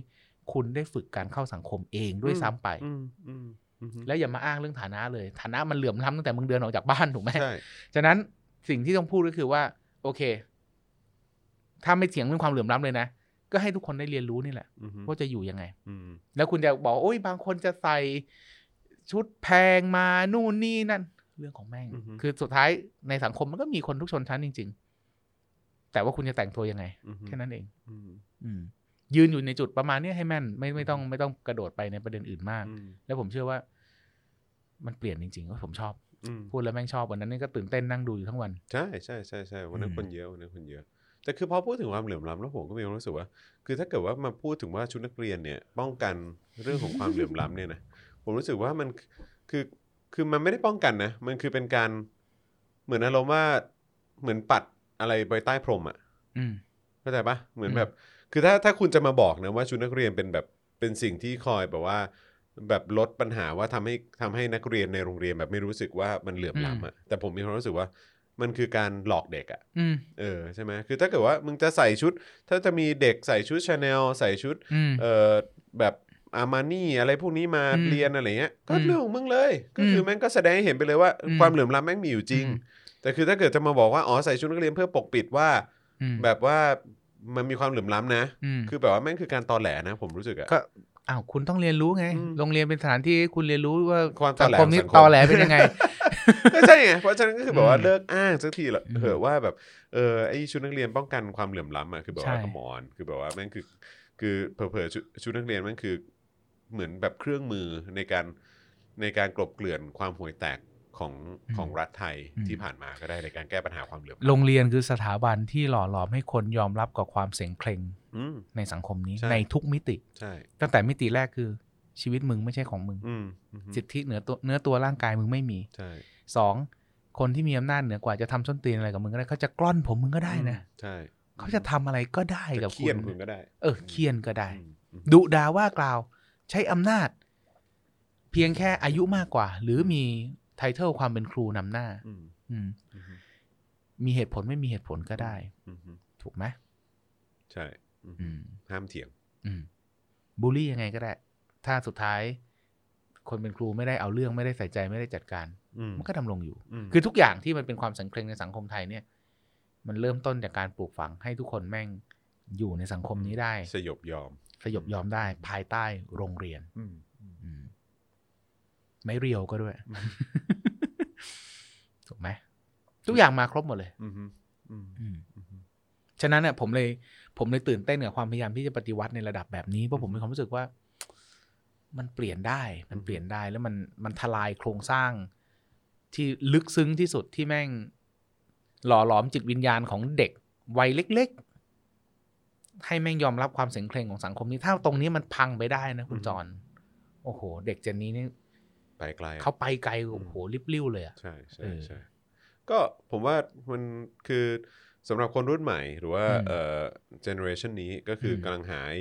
C: คุณได้ฝึกการเข้าสังคมเองด้วยซ้ำไป
B: อืมอืมอือฮึ
C: แล้วอย่ามาอ้างเรื่องฐานะเลย ฐานะมันเหลื่อมล้ำตั้งแต่มึงเดินออกจากบ้านถูกไหม
B: ใช่
C: ฉะนั้นสิ่งที่ต้องพูดก็คือว่า โอเค ถ้าไม่เถียงเรื่องความเหลื่อมล้ำเลยนะ ก็ให้ทุกคนได้เรียนรู้นี่แหละ
B: อือฮึ
C: ว่าจะอยู่ยังไง
B: อืม
C: แล้วคุณจะบอกว่าโอ้ยบางคนจะใส่ชุดแพงมานู่นนี่นั่น เรื่องของแม่ง คือสุดท้ายในสังคมมันก็มีคนทุกชนชั้นจริง ๆ แต่ว่าคุณจะแต่งตัวยังไง
B: อือฮึ
C: แค่นั้นเอง
B: อืม
C: อืม ยืนอยู่ในจุดประมาณเนี้ยให้แม่นไม่ไม่ต้องไม่ต้องกระโดดไปในประเด็นอื่นมาก
B: อืม
C: แล้วผมเชื่อว่า มันเปลี่ยนจริงๆว่าผมชอบ
B: อืม
C: พูดแล้วแม่งชอบวันนั้นนี่ก็ตื่นเต้นนั่งดูอยู่ทั้งวัน
B: ใช่ใช่ใช่ใช่วันนั้
C: อื
B: นค
C: ม
B: นเยอะวันนั้นคนเยอะ แต่คือพอพูดถึงความเหลื่อมล้ำแล้วผมก็มีความรู้สึกว่า คือถ้าเกิดว่ามาพูดถึงว่าชุดนักเรียนเนี่ย ป้องกันเรื่องของความเหลื่อมล้ำเนี่ยนะ ผมรู้สึกว่ามันคือคือมันไม่ได้ป้องกันนะ มันคือเป็นการเหมือนอารมณ์ว่าเหมือนปัดอะไรไปใต้พรมอ่ะ
C: อืม
B: เข้าใจปะเหมือน
C: อืม
B: แบบ คือถ้าถ้าคุณจะมาบอกนะว่าชุดนักเรียนเป็นแบบเป็นสิ่งที่คอยแบบว่า แบบลดปัญหาว่าทำให้ทำให้นักเรียนในโรงเรียนแบบไม่รู้สึกว่ามันเหลื่อมล้ำอ่ะแต่ผมมีความรู้สึกว่ามันคือการหลอกเด็กอ่ะ
C: อืม
B: เออใช่ไหมคือถ้าเกิดว่ามึงจะใส่ชุด ถ้าจะมีเด็กใส่ชุดชาแนลใส่ชุด
C: อืม
B: เออแบบอามานี่อะไรพวกนี้มา
C: อืม
B: เรียนอะไรเงี้ยก็
C: อืม
B: เรื่องของมึงเลยก็คืออ
C: ม
B: แม่งก็แสดงให้เห็นไปเลยว่า
C: อืม
B: ความเหลื่อมล้ำแม่งมีอยู่จริง
C: อืม
B: แต่คือถ้าเกิดจะมาบอกว่าอ๋อใส่ชุดนักเรียนเพื่อปกปิดว่า
C: อืม
B: แบบว่า มันมีความเหลื่อมล้ำนะ
C: อืม
B: คือแบบว่าแม่งคือการตอแหลนะ ผมรู้สึกอะ
C: ก็อ้าวคุณต้องเรียนรู้ไง
B: อืม
C: โรงเรียนเป็นสถานที่ให้คุณเรียนรู้ว่า
B: ความตอ
C: สั
B: แหล
C: คมนี้
B: ขง
C: ตอแหลเป็นยังไง
B: ก็ใช่ไงเพราะฉะนั้นก็คือแบบว่า
C: อืม
B: เลิกอ้างสักทีละ
C: อืม
B: เถอะว่าแบบเออไอชุดนักเรียนป้องกันความเหลื่อมล้ำอะคือแบบว่า
C: ใช่
B: ขมอนคือแบบว่าแม่งคือ คือเผลอๆชุดชุดนักเรียนแม่งคือเหมือนแบบเครื่องมือในการในการกลบเกลื่อนความห่วยแตกของของรัฐไทยที่ผ่านมาก็ได้ในการแก้ปัญหาความเหลื่อม
C: โรง
B: ล้ำ
C: เรียนคือสถาบันที่หล่อหลอมให้คนยอมรับกับความเสียงเคร่ง
B: อืม
C: ในสังคมนี้
B: ใช่
C: ในทุกมิติ
B: ใช่
C: ตั้งแต่มิติแรกคือชีวิตมึงไม่ใช่ของมึง
B: อืมอืม
C: สิทธิเหนือตัวเนื้อตัวร่างกายมึงไม่มี
B: ใช่
C: สองคนที่มีอำนาจเหนือกว่าจะทำส้นตีนอะไรกับมึงก็ได้เขาจะกล้อนผมมึงก็ได้นะ
B: ใช่
C: เขาจะทำอะไรก็ได้กับ
B: จะ
C: คุ
B: เคี่ยน
C: ณ
B: คุณก็ได้
C: เออเคียนก็ได้
B: อืมอืม
C: ดุด่าว่ากล่าว ใช้อำนาจ เพียงแค่อายุมากกว่า หรือมีไทเทิลความเป็นครูนำหน้า
B: อืม
C: อืม
B: อืม
C: มีเหตุผลไม่มีเหตุผลก็ได้
B: อืมอืม
C: ถูกไหม
B: ใช่อืม
C: อืม
B: ห้ามเถียง
C: อืมบูลลี่ยังไงก็ได้ ถ้าสุดท้าย คนเป็นครูไม่ได้เอาเรื่องไม่ได้ใส่ใจไม่ได้จัดการ
B: อืม
C: มันก็ดำรงอยู่
B: ม
C: คือทุกอย่างที่มันเป็นความสังเครงในสังคมไทยเนี่ย มันเริ่มต้นจากการปลูกฝังให้ทุกคนแม่งอยู่ในสังคมนี้ได้
B: สยบยอม
C: สยบยอมได้ภายใต้โรงเรียน อืม ไม่เรียวก็ด้วย
B: อืม
C: ถูกไหมทุกอย่างมาครบหมดเลย
B: อืมฮึอืม
C: อืม
B: อืมฮึ
C: ฉะนั้นเนี่ยผมเลยผมเลยตื่นเต้นกับความพยายามที่จะปฏิวัติในระดับแบบนี้เพราะผมมีความรู้สึกว่า มันเปลี่ยนได้ มันเปลี่ยนได้แล้วมันมันทลายโครงสร้าง ที่ลึกซึ้งที่สุดที่แม่ง หล่อหลอมจิตวิญญาณของเด็กวัยเล็ก ๆ ให้แม่งยอมรับความเสียงเพลงของสังคมนี้ถ้าตรงนี้มันพังไปได้นะคุณจอนโอ้โห เด็กเจนนี้นี่
B: ไปไกลอะ
C: เขาไปไกลโอ้โหริบลิ่วเลยอะ
B: ใช่ใช่
C: เออ
B: ใช่ก็ผมว่ามันคือสำหรับคนรุ่นใหม่ หรือว่า
C: อืม
B: เอ่อเจเนอเรชันนี้ก็คืออ
C: ม
B: กำลังหาไอ้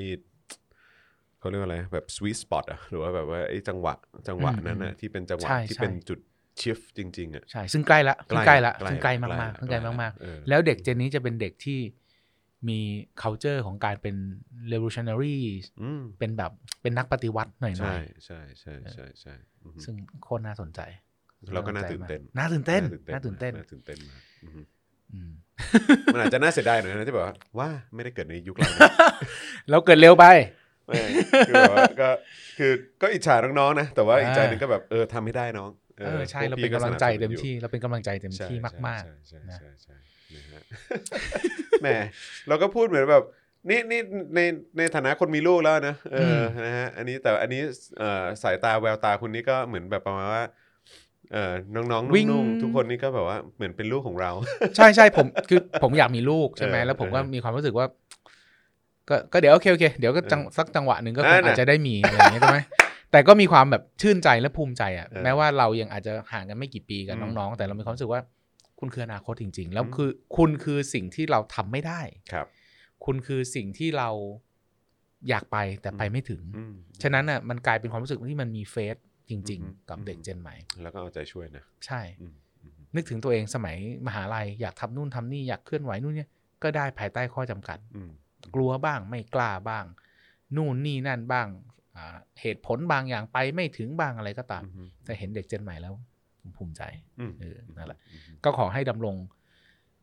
B: เขาเรียกว่าอะไรแบบ sweet spot อะหรือว่าแบบว่าไอ้จังหวะจังหวะ
C: อืม
B: นั้นอะที่เป็นจังหวะ
C: ใช่
B: ที่
C: ใช่
B: เป็นจุดชิฟจริง ๆอะ
C: ใช่ ซึ่งใกล้ละซึ่งใกล้ละซึ่งใกล้มากๆซึ่งใกล้มากๆ
B: เออ
C: แล้วเด็กเจนนี้จะเป็นเด็กที่มี culture ของการเป็น revolutionary
B: อืม
C: เป็นแบบเป็นนักปฏิวัติหน่อยๆ
B: ใช่ใช่ใช่ใช่ใช่อือฮึ
C: ซึ่งโคตรน่าสนใจ
B: เราก็น่าตื่นเต้น
C: น่าตื่นเต้น น่า
B: น่า
C: ตื่นเต้น
B: มกน่าตื่นเต้นมากอือฮึ
C: อืม
B: มันอาจจะน่าเสียดายหน่อยนะที่แบบว่าว่าไม่ได้เกิดในยุคเรานะ
C: เราเกิดเร็วไป
B: ไม่คือแบบว่าก็คือก็อิจฉาน้องๆนะ แต่ว่า
C: อ่า
B: อีกใจหนึงก็แบบเออทำให้ได้น้อง
C: เออใช่
B: พว
C: เราเป็น
B: พี่
C: กำลังใจ
B: สนับสนุน
C: เต็ม
B: อยู่
C: ที่เราเป็นกำลังใจเต็ม
B: ใช่
C: ที่มาก
B: ใช่ใช่
C: นะ
B: ใช่ใช่นะฮะ แหมเราก็พูดเหมือนแบบนี่นี่ในในฐานะคนมีลูกแล้วนะเอออ
C: ม
B: นะฮะอันนี้แต่อันนี้เอ่อสายตาแววตาคุณนี่ก็เหมือนแบบประมาณว่าเออน้องๆนุ่งๆทุกคนนี่ก็แบบว่าเหมือนเป็นลูกของเรา
C: ๆ ใช่ใช่ผมคือผมอยากมีลูกใช่ไหม
B: เออ
C: แล้วผมก็
B: เออ
C: มีความรู้สึกว่า ก็ก็เดี๋ยวโอเคโอเคเดี๋ยวก็จัง
B: เออ
C: สักจังหวะหนึ่งก็
B: นั่
C: ค
B: น
C: ง
B: น่ะ
C: อาจจะได้มีอะไรอย่างเงี้ยใช่ไหมแต่ก็มีความแบบชื่นใจและภูมิใจอ่ะ
B: เออ
C: แม้ว่าเรายังอาจจะห่างกันไม่กี่ปีกับ
B: อืม
C: น้องๆ แต่เรามีความรู้สึกว่า คุณคืออนาคตจริง ๆ แล้ว
B: อืม
C: คือคุณคือสิ่งที่เราทำไม่ได้
B: ครับ
C: คุณคือสิ่งที่เราอยากไปแต่ไปไม่ถึง
B: อืม
C: ฉะนั้นอ่ะมันกลายเป็นความรู้สึกที่มันมีเฟสจริง
B: อือฮึ
C: ๆ กับเด็ก
B: อือฮึ
C: เจนใหม่
B: แล้วก็เอาใจช่วยนะ
C: ใช่
B: อืมอืม
C: นึกถึงตัวเองสมัยมหาลัยอยากทำนู่นทำนี่อยากเคลื่อนไหวนู่นเนี่ยก็ได้ภายใต้ข้อจำกัด
B: อืม
C: กลัวบ้างไม่กล้าบ้าง นู่นนี่นั่นบ้างอ่าเหตุผลบางอย่างไปไม่ถึงบ้างอะไรก็ตาม แต่เห็นเด็กเจนใหม่แล้วผมภูมิใจ
B: อืม
C: เออนั่นแหละ
B: อืม
C: ก็ขอให้ดำรง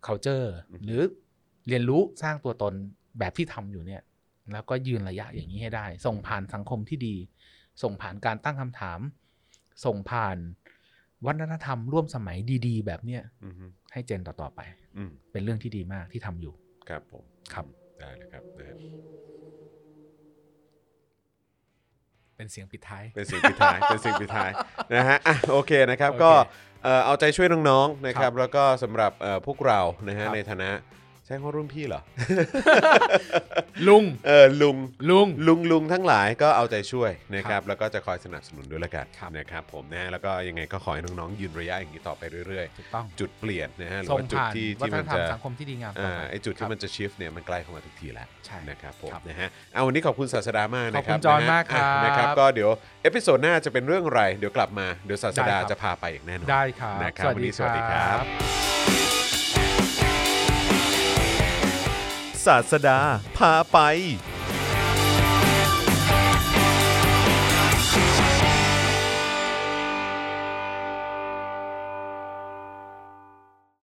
C: culture
B: อืม
C: หรือเรียนรู้สร้างตัวตนแบบที่ทำอยู่เนี่ย แล้วก็ยืนระยะอย่างนี้ให้ได้ ส่งผ่านสังคมที่ดี ส่งผ่านการตั้งคำถาม ส่งผ่านวัฒนธรรมร่วมสมัยดีๆ แบบเนี้ย
B: อืมอืม
C: ให้เจนต่อๆไป
B: อืม
C: เป็นเรื่องที่ดีมากที่ทำอยู่
B: ครับผม
C: ครับ
B: ได้เลยครับนะฮะ
C: เป็นเสียงปิดท้าย
B: เป็นสิ่งปิด ท้าย เป็นสิ่งปิดท้ายนะฮะอ่ะโอเคนะครับ
C: โอเค
B: ก็เอ่อเอาใจช่วยน้องๆนะค
C: ครั
B: รับบ แล้วก็สำหรับเอ่อพวกเรานะฮะ
C: ครับ
B: ในฐานะใช้คำว่ารุ่นพี่ เหรอ
C: ลุง
B: เออลุง
C: ลุง
B: ลุงลุงทั้งหลายก็เอาใจช่วยนะครับแล้วก็จะคอยสนับสนุนด้วยละกัน
C: ครับ
B: นะครับผมนะฮะแล้วก็ยังไงก็ขอให้น้องๆยืนระยะอย่างนี้ต่อไปเรื่อย
C: ถูกต้อง
B: ๆ จุดเปลี่ยนนะฮะหรือ
C: ส่ง
B: ว่าจุด
C: ผ่าน
B: ที่
C: วั
B: ที่
C: ฒ
B: มัน
C: ธรรม
B: จะ
C: สังคมที่ดีงามต่อ
B: อ่า
C: ไป
B: ไอจุด
C: ครั
B: ที่
C: บ
B: มันจะชิฟเนี่ยมันใกล้เข้ามาทุกทีแล้ว
C: ใช่
B: นะครับผม
C: ครับ
B: นะฮะเอาวันนี้ขอบคุณศาสดามากนะค
C: ข
B: รั
C: อ
B: บบ
C: คุณจอห์น
B: นะฮะ
C: มากครับ
B: อ่ะนะครับ ก็เดี๋ยวเอพิโซดหน้าจะเป็นเรื่องอะไร เดี๋ยวกลับมา เดี๋ยวศาสดา
C: ได้ครับ
B: จะพาไปอย่างแน่นอน
C: ได้ครับ
B: นะครับวันนี้สวัสดีครับ ศาสดาพาไป